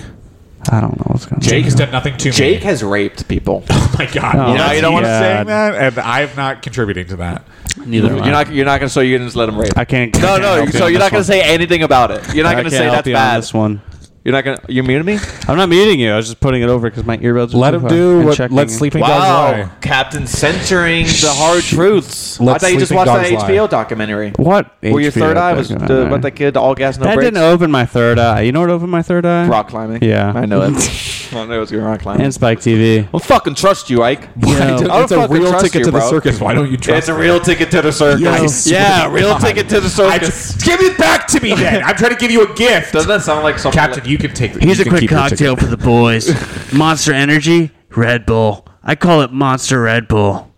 I don't know what's going on.
Jake has done nothing to me.
Jake has raped people.
Oh my god!
Oh,
you know, you don't want to
God.
say that, and I'm not contributing to that.
Neither am I.
You're not. You're not gonna. So you're gonna just let him rape.
I can't.
No,
I can't
no.
help you
So
on
you're
this
not gonna
one.
say anything about it. You're not
I
gonna
can't
say
help
that's
you on
bad.
This one.
You're not gonna. You muted me.
I'm not muting you. I was just putting it over because my earbuds. Are
Let
too
him
far.
do
And
what-
checking
let
it.
sleeping dogs
Wow,
lie.
Captain, censoring the hard truths. I
Let
thought you just
sleeping
watched that
dogs lie.
HBO documentary.
What?
Where your
HBO
third eye was
documentary?
the, about that kid, all gas, no
That
brakes.
didn't open my third eye. You know what opened my third eye?
rock climbing.
Yeah.
I know it. I know it's gonna rock climbing.
and Spike TV.
I'll fucking trust you, Ike.
know,
I don't
it's a
fucking
real
trust
ticket
you,
to the
bro.
circus. Why don't you trust?
It's a real ticket to the circus.
Yo, I
yeah,
swear to
real
God.
ticket to the
I
circus.
just, give it back to me, then. I'm trying to give you a gift,
Doesn't that sound like something?
Captain. You can take.
Here's
you
a
can
quick
keep your
cocktail
ticket.
for the boys Monster Energy, Red Bull. I call it Monster Red Bull.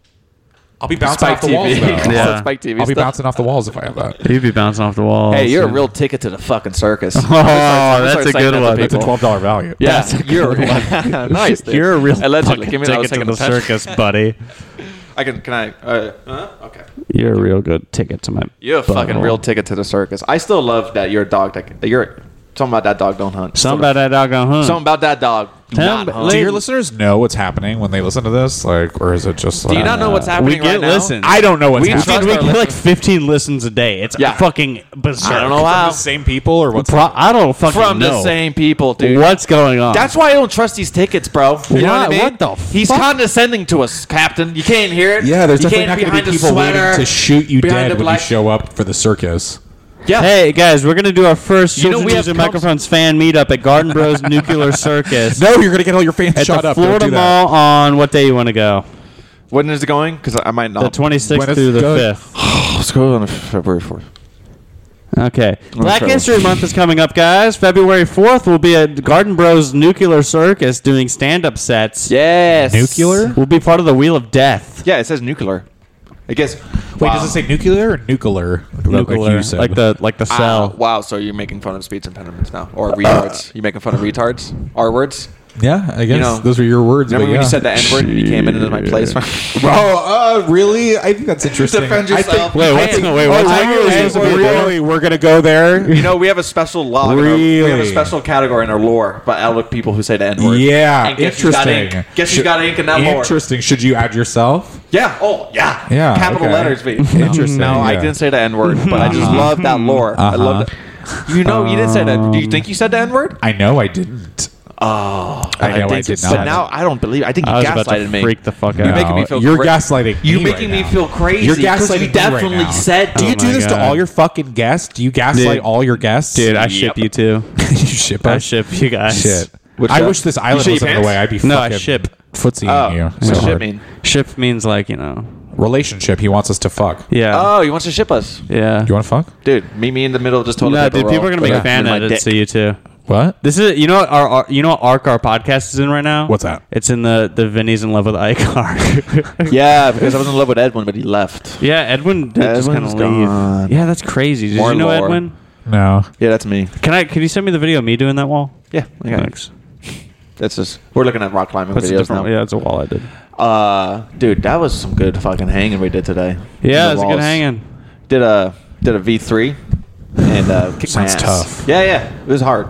I'll be bouncing
Spike
off the walls.
TV.
Though.
Yeah.
I'll-
Spike TV
I'll be
stuff.
bouncing off the walls if I have that.
You'd be bouncing off the wall.
Hey, you're a real ticket to the fucking circus.
Oh, that's a good one.
It's a twelve dollar value.
Yeah, you're nice. Dude.
You're a real
Allegedly, give me that. I was
ticket to
taking
the
a test.
circus, buddy.
I can. Can I? Uh, huh? okay.
You're a real good ticket to my.
You're a fucking
butthole.
real ticket to the circus. I still love that you're a dog. That, that you're something about that dog don't hunt.
Something about that doggone hunt.
Something about that dog. do
Tell
not
me-
hunt.
Do your listeners know what's happening when they listen to this? Like, or is it just? Like,
Do you not know what's happening
we get
right now?
listens.
I don't know what's
We
happening.
trust
Dude, we
our
get like
listeners.
15 listens a day. It's
Yeah.
fucking bizarre.
I don't know
From
how.
the same people or what's?
Pro- I don't fucking
From
know
the same people, dude.
what's going on.
That's why I don't trust these tickets, bro. You know what I
Why?
mean?
What the
He's
fuck?
condescending to us, Captain. You can't hear it.
Yeah, there's
you
definitely
can't
not
behind
going to be
the
people waiting
sweater,
to shoot you
behind the
dead when you
black-
show up for the circus.
Yeah.
Hey guys, we're gonna do our first
You know,
Children's
we have
User
comps-
Microphones fan meetup at Garden Bros Nuclear Circus
No, you're going to get all your fans
at
shot
the
up. Don't
Florida
do that.
Mall on what day you want to go?
When is it going? Because I might
The
not.
26th
it's
through the
good.
5th.
Let's go on February 4th.
Okay. Black
travel.
History Month is coming up, guys. February 4th, we'll be at Garden Bros Nuclear Circus doing stand-up sets.
Yes.
Nuclear?
We'll be part of the Wheel of Death.
Yeah, it says nuclear. I guess.
Wait, does it say nuclear or nuclear?
Nuclear, like, the like the
Wow.
cell.
Ah, wow. So you're making fun of speech impediments now, or retards? you making fun of retards? R words?
yeah, I guess
know,
those were your words.
Remember
but
when
yeah.
you said the N word and you came into my place?
Oh, uh, really? I think that's interesting.
Defend
I
yourself.
think-
Wait, what's-
I think-
wait, what's-
oh, really? Really? We're going to go there?
you know, we have a special law. in our- we have a
Really?
special category in our lore about outlook people who say the N word.
Yeah,
And guess who's got
interesting.
ink? Guess who's
Should-
got ink in that lore?
Interesting. Should you add yourself?
Yeah. Oh, yeah.
Yeah,
Capital
okay.
letters V.
Interesting,
No, I
yeah. Uh-huh.
didn't say the N word, but I just love that lore. I love that. You know, you didn't say that. Do you think you said the N word?
I know I didn't. Oh, I know I, did not.
But now I don't believe. I think you
I was about to
gaslighted me.
freak the fuck out.
You're making me feel.
You're
cra-
gaslighting
You're
me
making
right
me
now.
feel crazy.
You're
'cause
gaslighting me
You
right
definitely
now.
said. Oh
do you
Dude,
do
my
this
God.
to all your fucking guests? Do you gaslight
Dude.
all your guests?
Dude, I ship you too.
you ship
I
us.
ship you guys.
Shit. I
guy?
wish this
You
island
shit your
wasn't in the
pants?
way. I'd be
No, I
fucking
ship.
footsying you.
Oh,
So
what's ship
hard.
mean?
Ship means like, you know.
Relationship. He wants us to fuck. Do
Yeah.
Oh, he wants to ship us,
yeah.
you want to fuck?
dude. Meet me in the uh, middle. Just totally.
No, dude, people are gonna make
a
fan edits to you too.
What?
This is you know what our, our you know what arc our podcast is in right now.
What's that?
It's in the the Vinny's in love with Ike arc.
Yeah, because I was in love with Edwin, but he left.
yeah, Edwin did just kind of
Edwin's gone.
leave. Yeah, that's crazy. Did
More
you know
lore.
Edwin?
No.
Yeah, that's me.
Can I? Can you send me the video of me doing that wall?
Yeah, okay.
Thanks.
That's just we're looking at rock climbing
That's a
videos now.
different. Yeah, that's a wall I did.
Uh, dude, that was some good fucking hanging we did today.
Yeah,
The
it's a good
walls.
hanging.
Did a did a V three and uh, kicked
Sounds
my ass.
tough.
Yeah, yeah, it was hard.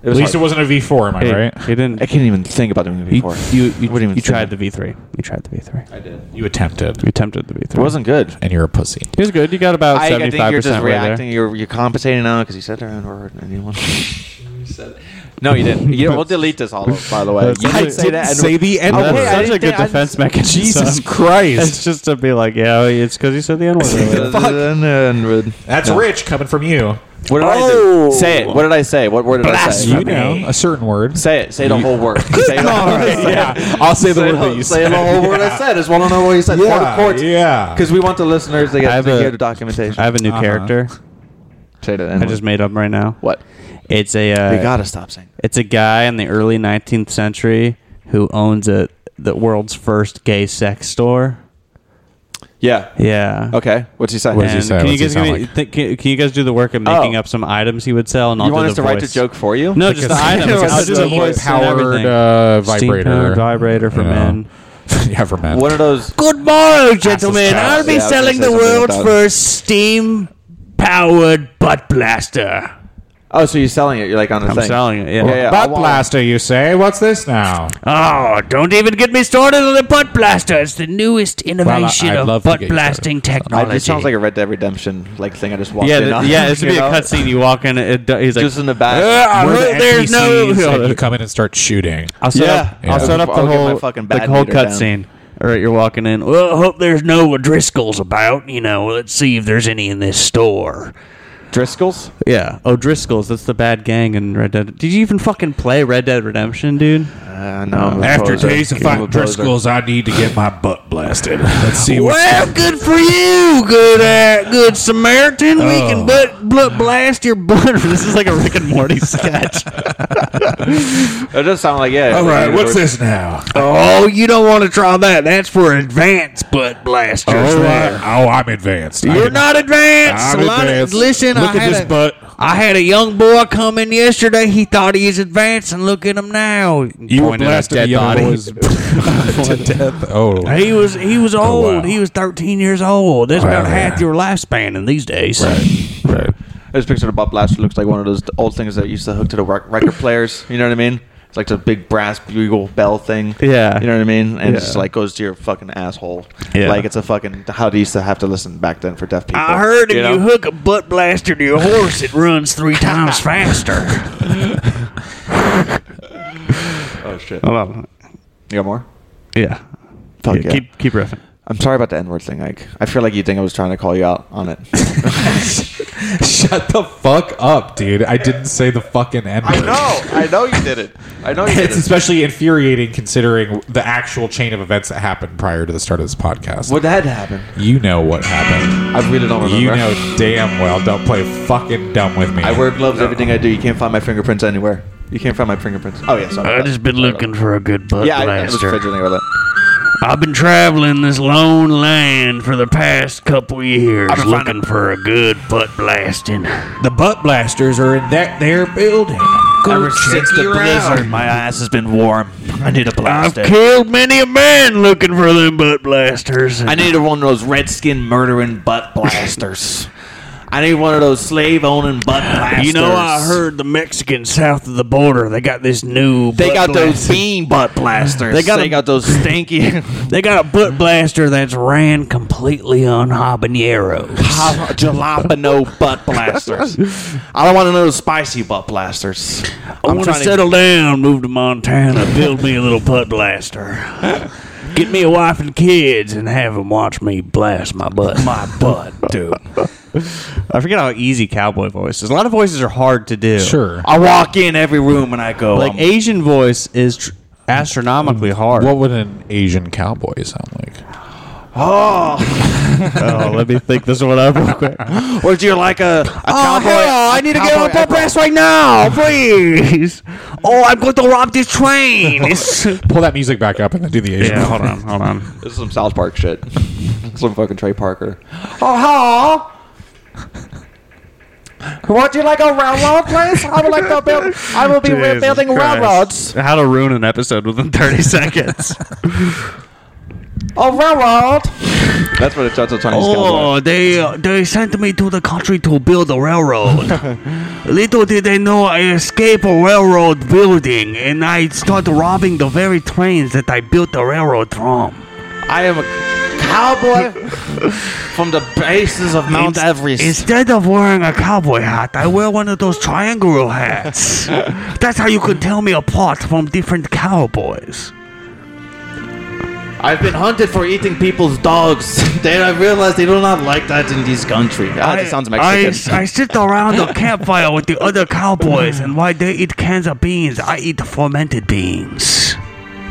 It
At
was
least it
hard.
wasn't a V4, am I
Hey,
right?
He didn't.
I can't even think about doing a V
You,
four.
you, you,
What do you mean
you tried the
think?
V three. You tried the V three.
I did.
You attempted.
You attempted the V
It
three.
wasn't good.
And you're a pussy.
He was good. You got about
I, I
seventy
think
five
you're just
percent
reacting. You're, you're compensating now because you said there and or anyone. You said- no, you didn't. You know, we'll delete this all. Over, by the way,
That's
you
such a-
and-
say the N
Okay,
word.
I
That's such
didn't
a good
think- I-
defense mechanism.
Jesus
It's
Christ.
just to be like, yeah, it's because you said the N word.
Fuck.
N-word.
That's
No.
rich coming from you.
What did I do? Say it. What did I say? What word did I say?
You know, a certain word.
Say it. Say the whole word. Say the whole word.
yeah. I'll say the
Say
word
the
that
whole-
you
say
said.
the whole word I said. I just want to know what you said.
Yeah. Yeah.
Because we want the listeners to
I
get
have
to
a-
hear the documentation.
I have a new
Uh-huh.
character.
Say that.
I just made up right now.
what?
It's a uh,
we gotta stop saying.
It's a guy in the early 19th century who owns a the world's first gay sex store.
Yeah.
Yeah.
Okay. What's he saying?
What does he
And
say?
Can you
What's he
guys
sound
give me,
like?
think- can, can you guys do the work of making
Oh.
up some items he would sell? And I'll
You
do
want
the
us to
voice.
write the joke for you?
No, just the items.
Like a
I'll do the
steam-powered
voice and
powered
everything.
uh,
Steam-powered
vibrator.
vibrator for
Yeah.
men.
yeah, for men.
One of those.
Good morrow, gentlemen.
cow.
I'll be
Yeah, I was gonna
selling
say
the
something
world's
about-
first steam-powered butt blaster.
Oh, so you're selling it? You're like on the
I'm
thing.
selling it, yeah.
Okay, yeah, I
Butt
want-
blaster, you say? What's this now?
Oh, don't even get me started on the butt blaster. It's the newest innovation
I'd love
of
to
butt
get you
blasting
I,
technology.
it sounds like a Red Dead Redemption like thing. I just walked
Yeah,
in.
th-
on,
yeah. This would be
you
a
know?
cutscene. You walk in, it, do- he's like,
Just in the back.
"Ah,
We're
I
the
heard there's
NPCs, and
no.
you come in and start shooting.
I'll set
Yeah.
up.
Yeah.
I'll set up the
I'll get my
whole
fucking
the
bad
whole
meter down.
cutscene. All right, you're walking in. Well,
Well, I hope there's no O'Driscoll's about. You know, let's see if there's any in this store.
Driscoll's.
yeah, O'Driscoll's. That's the bad gang in Red Dead. Did you even fucking play Red Dead Redemption, dude?
Uh, no. I'm a
After
poser.
days of
I'm a
fighting
poser.
Driscoll's, I need to get my butt blasted. Let's see what.
Well, good for you, good uh, good Samaritan. We
Oh.
can butt, butt blast your butt.
this is like a Rick and Morty sketch.
It does sound like yeah.
All right, what's this now?
Oh, you don't want to try that. That's for advanced butt blasters.
Oh,
there.
I, oh, I'm advanced. I
You're
can-
not advanced.
I'm
A lot of-
advanced.
listen,
Look
I
at
had
this
a-
butt.
I had a young boy come in yesterday. He thought he was advanced, and look at him now.
You were
Pointed at
blasting
dead
the young
body.
boys to death. Oh,
He was he was old.
wow.
He was 13 years old. That's about
Wow.
half your lifespan in these days.
right.
I just pictured a butt blaster. Looks like one of those old things that used to hook to the rec- record players. You know what I mean? It's like the big brass bugle bell thing.
Yeah.
You know what I mean? And it just like goes to your fucking asshole.
Yeah.
Like it's a fucking how they used to have to listen back then for deaf people.
I heard if you,
know?
hook a butt blaster to your horse, it runs three times faster.
Oh shit.
Hold on.
You got more?
Yeah.
Fuck yeah.
Keep keep riffing.
I'm sorry about the N word thing, Ike. I feel like you think I was trying to call you out on it.
Shut the fuck up, dude. I didn't say the fucking N word.
I know you did it. I know you
It's especially infuriating considering the actual chain of events that happened prior to the start of this podcast.
What that happened?
You know what happened.
I really don't remember.
You know damn well. Don't play fucking dumb with me.
I wear gloves. Everything I do, you can't find my fingerprints anywhere. You can't find my fingerprints. Oh yeah, sorry.
I
about that.
just been
Sorry
looking
about
for a good butt
that. Yeah, I, I was
blaster.
fidgeting with it.
I've been traveling this lone land for the past couple years looking for a good butt blasting.
The butt blasters are in that there building.
Ever since the blizzard,
My ass has been warm. I need a
I've killed many a man looking for them butt blasters.
I need one of those redskin murdering butt blasters. I need one of those slave owning butt blasters.
You know, I heard the Mexicans south of the border they got this new.
they
butt
got those
blast-
bean butt blasters.
They got
they
a-
got those stinky.
They got a butt blaster that's ran completely on habaneros.
Jala- jalapeno butt blasters. I don't want to know those spicy butt blasters.
I want to settle down, move to Montana, build me a little butt blaster, get me a wife and kids, and have them watch me blast my butt. My butt, dude.
I forget how easy cowboy voice is. A lot of voices are hard to do.
Sure.
I walk in every room and I go.
Like
um,
Asian voice is tr- astronomically hard.
What would an Asian cowboy sound like?
oh, let me think this one up real quick.
would you like a, a cowboy?
Oh, hell, I need to get on a butt blast right now, please. Oh, I'm going to rob this train. It's-
Pull that music back up and then do the Asian.
Yeah, hold on, hold on.
This is some South Park shit. some fucking Trey Parker.
oh,
Would you like a railroad, please? I would like to build. I will be
Jesus Christ. How to ruin an episode within 30 seconds.
A railroad. That's what it sounds like Chinese cowboy.
oh, they uh, they sent me to the country to build a railroad. Little did they know I escaped a railroad building and I started robbing the very trains that I built the railroad from.
I am a cowboy from the bases of Mount
Inst-
Everest.
Instead of wearing a cowboy hat, I wear one of those triangular hats. That's how you can tell me apart from different cowboys.
I've been hunted for eating people's dogs. Then I realized they do not like that in this country. Ah, that sounds Mexican.
I, I sit around the campfire with the other cowboys, and while they eat cans of beans, I eat fermented beans.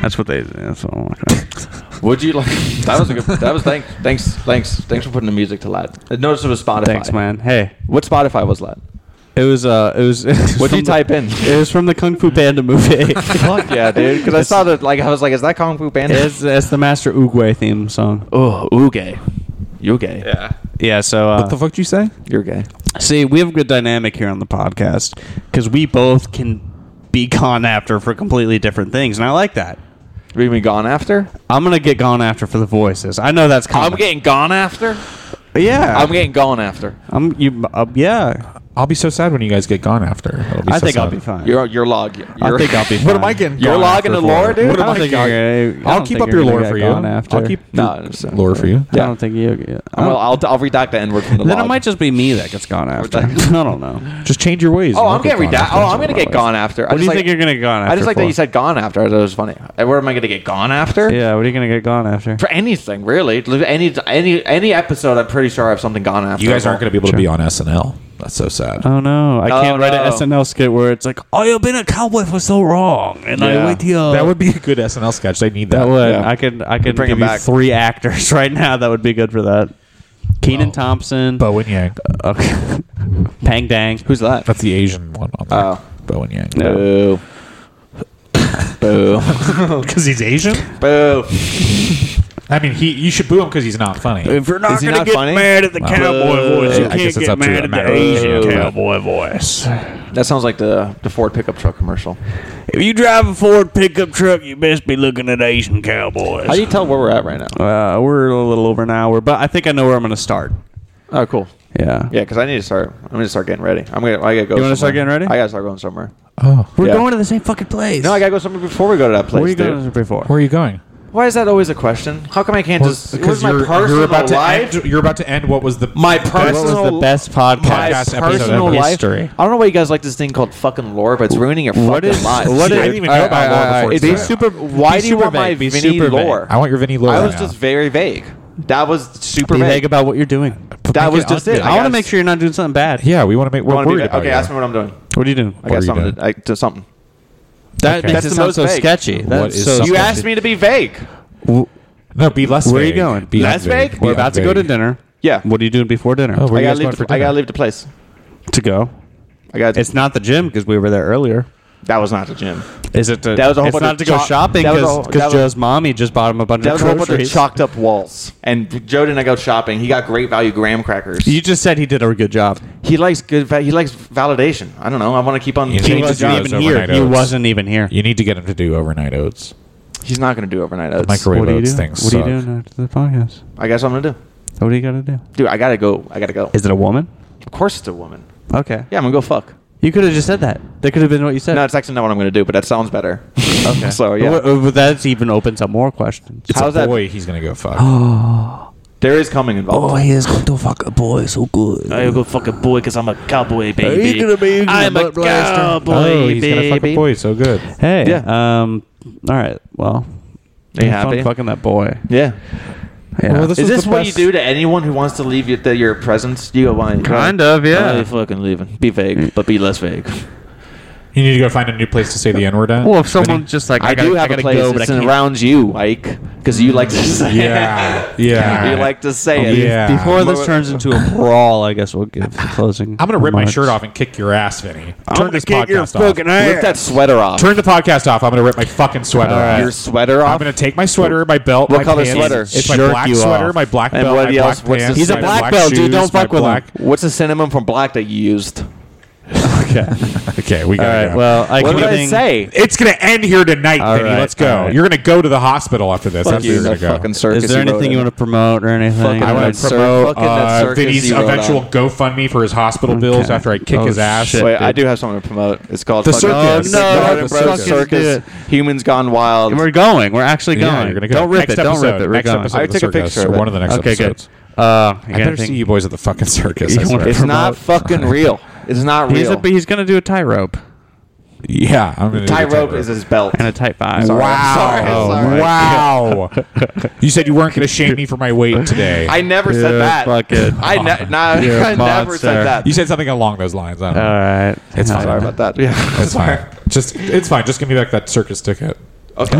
That's what they. That's what I'm looking at.
Would you like? That was a good. That was thanks, thanks, thanks, thanks for putting the music to lad. I noticed it was Spotify.
Thanks, man. Hey,
What Spotify was lad?
it was uh, it was. it was
What do you
from the-
type in?
It was from the Kung Fu Panda movie.
Fuck yeah, dude! Because I saw that. Like I was like, is that Kung Fu Panda?
It's, it's the Master Oogway theme song.
oh, ooh, gay. You gay? Yeah.
Yeah, so uh,
What the fuck did you say?
You're gay.
see, we have a good dynamic here on the podcast because we both can be gone after for completely different things, and I like that.
We mean gone after?
I'm gonna get gone after for the voices. I know that's coming.
I'm getting gone after.
yeah.
I'm getting gone after.
I'm you. Uh, yeah,
I'll be so sad when you guys get gone after. It'll be
I
so
think I'll
sad.
be fine.
Your your log.
I think I'll be. Fine.
What am I getting?
You're
gone
logging the
after
lore,
for?
dude?
What
I
am
don't
I
think
going?
you're gonna- I
I'll
don't
keep up
think you're
your
gonna
lore
get
for you.
gone after.
I'll keep
No, it's-
lore for you.
I don't think you. I
I'll,
don't-
I'll, I'll redact the N word from the
then
log.
it might just be me that gets gone after. I don't know.
Just change your ways.
Oh,
and
I'm
I'll get
getting
gone
redact.
after.
Oh, I'm gonna get gone after. I
What do
just
you
like-
think you're gonna get gone after?
I just like
for?
that you said gone after. I thought it was funny. And Where am I gonna get gone after?
Yeah, what are you gonna get gone after?
For anything, really. Any any any episode, I'm pretty sure I have something gone after.
You guys aren't gonna be able to be on SNL. That's so sad.
Uh,
Oh no, I can't write
no.
an SNL skit where it's like, "Oh, you've been a cowboy for so long," and I
Yeah.
wait till
that would be a good SNL sketch. They need that.
That would.
Yeah.
I could. I could
Bring
give
it
you
back.
three actors right now that would be good for that.
Oh.
Keenan Thompson.
Bowen Yang.
Okay. Pang Dang.
Who's that?
That's the Asian one on there.
Oh.
Bowen Yang.
Boo. Boo.
Because he's Asian.
Boo.
I mean, he. You should boo him because he's not funny.
If you're not
Is he gonna not get funny?
mad at the cowboy voice,
you I guess can't it's get up to mad the at the matter. Asian
Boo.
cowboy voice.
That sounds like the the Ford pickup truck commercial.
If you drive a Ford pickup truck, you best be looking at Asian cowboys.
How do you tell where we're at right now?
Uh, we're a little over an hour, but I think I know where I'm going to start.
Oh, cool.
Yeah.
Yeah, because I need to start. I'm gonna start getting ready. I'm gonna. I gotta go.
You wanna start
somewhere.
getting ready?
I gotta start going somewhere.
oh,
We're
Yeah.
going to the same fucking place.
No, I gotta go somewhere before we go to that
Where
place,
you
dude.
going before?
where are you going?
Why is that always a question? How come I can't just? Where's my
you're,
personal
you're about
life?
to end. You're about to end. What was the
my
best-
personal
What was the best podcast
my
episode
personal
of
life.
history?
I don't know why you guys like this thing called fucking lore, but it's ruining your fucking
is-
lives.
what
I
is-
didn't even know about lore before
It's
today.
super. Why
Be
do you
super
want my
vague. Be
Vinny
super vague.
lore?
I want your Vinny lore.
I
right
was
now.
just very vague. That was super
Be
vague.
vague about what you're doing.
that
Make
was
it
just
up.
it.
I want to
gotta-
make sure you're not doing something bad.
Yeah, we want to make.
I
We're
wanna be
worried
vague.
about
Okay,
you.
ask me what I'm doing.
What are you doing?
I
What are
got
you
something.
doing?
To, I, to something.
That
Okay.
makes
That's
it
the
sound
most
so
vague.
sketchy.
What
That's
is
so.
something-
You asked me to be vague.
No, be less.
Where are you
vague.
going?
Be
Less vague?
Be
We're about to go to dinner.
Yeah.
What are you doing before dinner?
Oh, where
I gotta
you guys
leave.
going for
the- I
dinner?
gotta leave the place.
to go.
I gotta.
It's not the gym because we were there earlier.
that was not the gym.
Is it? To,
That was a whole
it's
bunch
not
of
to go
chop-
shopping
that was a whole- that was-
because Joe's mommy just bought him a bunch
That
of
was a whole bunch of
groceries.
chalked up walls. And Joe didn't go shopping. He got great value graham crackers.
You just said he did a good job.
He likes good. Va- he likes validation. I don't know. I want to keep on.
You
changing
need to
jobs.
do those overnight
He
oats.
wasn't even here.
You need to get him to do overnight oats.
He's not going to do overnight oats.
Microwave
What are you
oats
doing?
things.
What are you
suck.
doing after the podcast?
I guess I'm going to do.
What do you got to do?
Dude, I got to go. I got to go.
Is it a woman?
of course it's a woman.
Okay.
Yeah, I'm going to go fuck.
You could have just said that. That could have been what you said.
No, it's actually not what I'm going to do, but that sounds better. okay. So, yeah.
But- uh, but that's even opens up more questions.
It's
How's
a
that-
boy. He's gonna go fuck.
there is
Oh,
coming involved.
he is going to fuck a boy so good.
Oh,
I go fuck a boy because I'm a cowboy,
He's
baby.
going to be
I'm a cowboy,
oh, he's gonna fuck
baby.
a boy. So good.
Hey.
Yeah.
Um. All right. Well.
Are you
have fun
happy?
fucking that boy.
Yeah.
Yeah.
Is this what you do to anyone who wants to leave your, the, your presence? You go, why?
Kind of,
I'm
yeah.
fucking leaving. Be
Mm.
vague, but be less vague.
You need to go find a new place to say the N word at.
Well, if someone's just like, I,
I,
gotta,
do have
I
a
gotta
place.
go, but I
it's
can't.
around you, Ike, because you like to say
yeah, yeah.
You like to say it.
Yeah.
Before this turns into a brawl, I guess we'll give the closing.
I'm gonna rip my
remarks.
shirt off and kick your ass, Vinny. Turn this
kick your
podcast off.
fucking ass.
Rip that sweater off.
Turn the podcast off. I'm gonna rip my fucking sweater off.
your sweater off.
I'm gonna take my sweater, my belt,
What
my
color
pants.
sweater?
It's my
Jerk
black
you
sweater,
off.
my black
And
belt,
what
my
else?
black
What's
pants.
this- He's a
my
black
belt, dude.
shoes,
Don't
my
fuck with him.
black-
What's the synonym from black that you used?
Okay, we got
All right.
go.
Well, I
What
can
did I say?
it's gonna end here tonight,
All
Vinny.
right,
Let's go.
all right.
You're gonna go to the hospital after this. That's
Fuck
where
you,
you're
that
gonna go.
fucking circus.
Is there anything you want to promote or anything?
Fucking
I want
That
to
cir-
promote
fucking that
uh,
circus
Vinny's
you rode
eventual
on.
GoFundMe for his hospital bills
Okay.
after I kick
Oh,
his ass.
shit.
Wait, I do have something to promote. It's called
The
fucking-
circus.
Oh, no,
Warner
the
Bros.
circus.
circus. Humans Gone Wild.
We're going. We're actually going.
Yeah, you're gonna go.
Don't rip
Next
it. Don't rip
episode.
it. We're
Next
going.
episode
I
of the
took a
circus,
picture of
or
it.
one of the next
Okay,
episodes.
good. Uh, you
I
gotta
better see
think.
you boys at the fucking circus.
You
I
wanna-
swear.
It's not fucking real. It's not
He's a,
real.
he's gonna do a tie rope
Yeah, I'm gonna do
Tie
the
rope is his belt.
and a tight five.
Wow!
Sorry, sorry.
Wow! you said you weren't going to shame me for my weight today.
I never said
You're
that.
fucking-
I, ne- nah,
You're a
I never
monster.
said that.
you said something along those lines. I don't
All
know.
right.
It's fine.
Sorry about that. Yeah.
It's fine. Just it's fine. Just give me back that circus ticket.
Okay.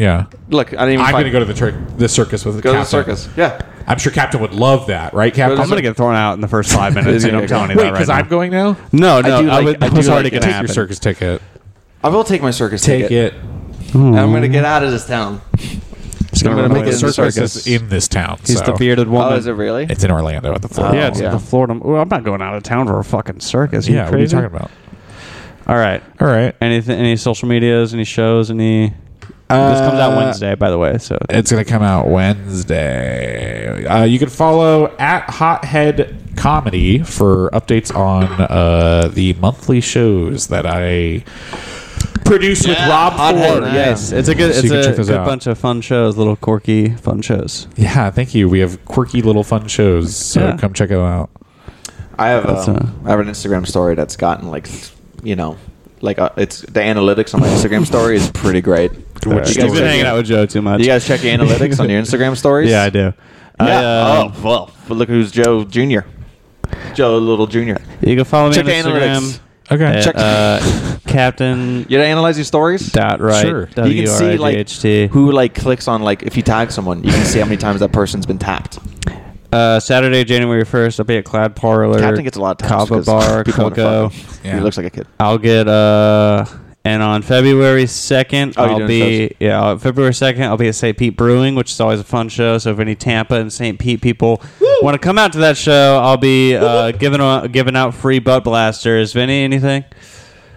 Yeah,
Look, I didn't even.
I'm
fight.
gonna go to the tur- the circus with
Go to
Captain.
the circus. Yeah.
I'm sure Captain would love that, right, Captain?
I'm gonna get thrown out in the first five minutes.
Wait,
and I'm telling you
Wait,
that right
because
now.
I'm going now.
no, no, I,
do like-
would,
I do
that was already
like it.
gonna
Take
happen.
your circus ticket.
I will take my circus
Take
ticket.
it.
And I'm gonna get out of this town.
gonna
I'm gonna
run
make
away.
it in the
Circus
circus.
is in this town.
He's
so.
the bearded woman.
Oh, is it really?
It's in Orlando at the Florida.
yeah, it's
yeah.
the Florida. Well, I'm not going out of town for a fucking circus.
yeah. What are you
crazy?
talking about?
All right.
All right.
Anything? Any social medias? Any shows? Any? this comes out Wednesday, by the way. So
It's going to come out Wednesday. Uh, you can follow at Hothead Comedy for updates on uh, the monthly shows that I produce with Rob Ford.
yes, it's a good.
So
It's
you can
a
check those
good
out.
bunch of fun shows. Little quirky fun shows.
Yeah, thank you. We have quirky little fun shows, so
Yeah.
come check them out.
I have
That's, uh,
um, I have an Instagram story that's gotten like, you know, like uh, it's the analytics on my Instagram story is pretty great.
Which
you,
story?
guys
You've been
check,
hanging out with Joe too much.
you guys check the analytics on your Instagram stories?
Yeah, I do.
Yeah.
I, uh,
oh well, but look who's Joe Junior. Joe Little Junior.
You can follow me
Check
on
the
Instagram.
analytics.
Okay.
At,
Check-
uh, Captain
You gotta analyze your stories.
dot right.
Sure. You can
you can see like
W-R-I-G-H-T.
who like clicks on like if you tag someone, you can see how many times that person's been tapped.
Uh, Saturday, January first, I'll be at Cloud Parlor.
Captain gets a lot of taps
Kava
'cause
Bar,
people wanna
Coco.
fuck him.
Yeah.
He looks like a kid.
I'll get uh, and on February second,
Oh, you're
I'll
doing
be
shows.
yeah. on February second, I'll be at St. Pete Brewing, which is always a fun show. So if any Tampa and St. Pete people want to come out to that show, I'll be uh, giving out, giving out free butt blasters. Vinny, anything?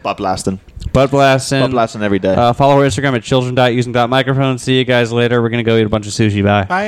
Bob Blaston.
Butt blasting.
Bob Blaston every day.
Uh, follow our Instagram at children.using.microphone. See you guys later. We're gonna go eat a bunch of sushi. Bye.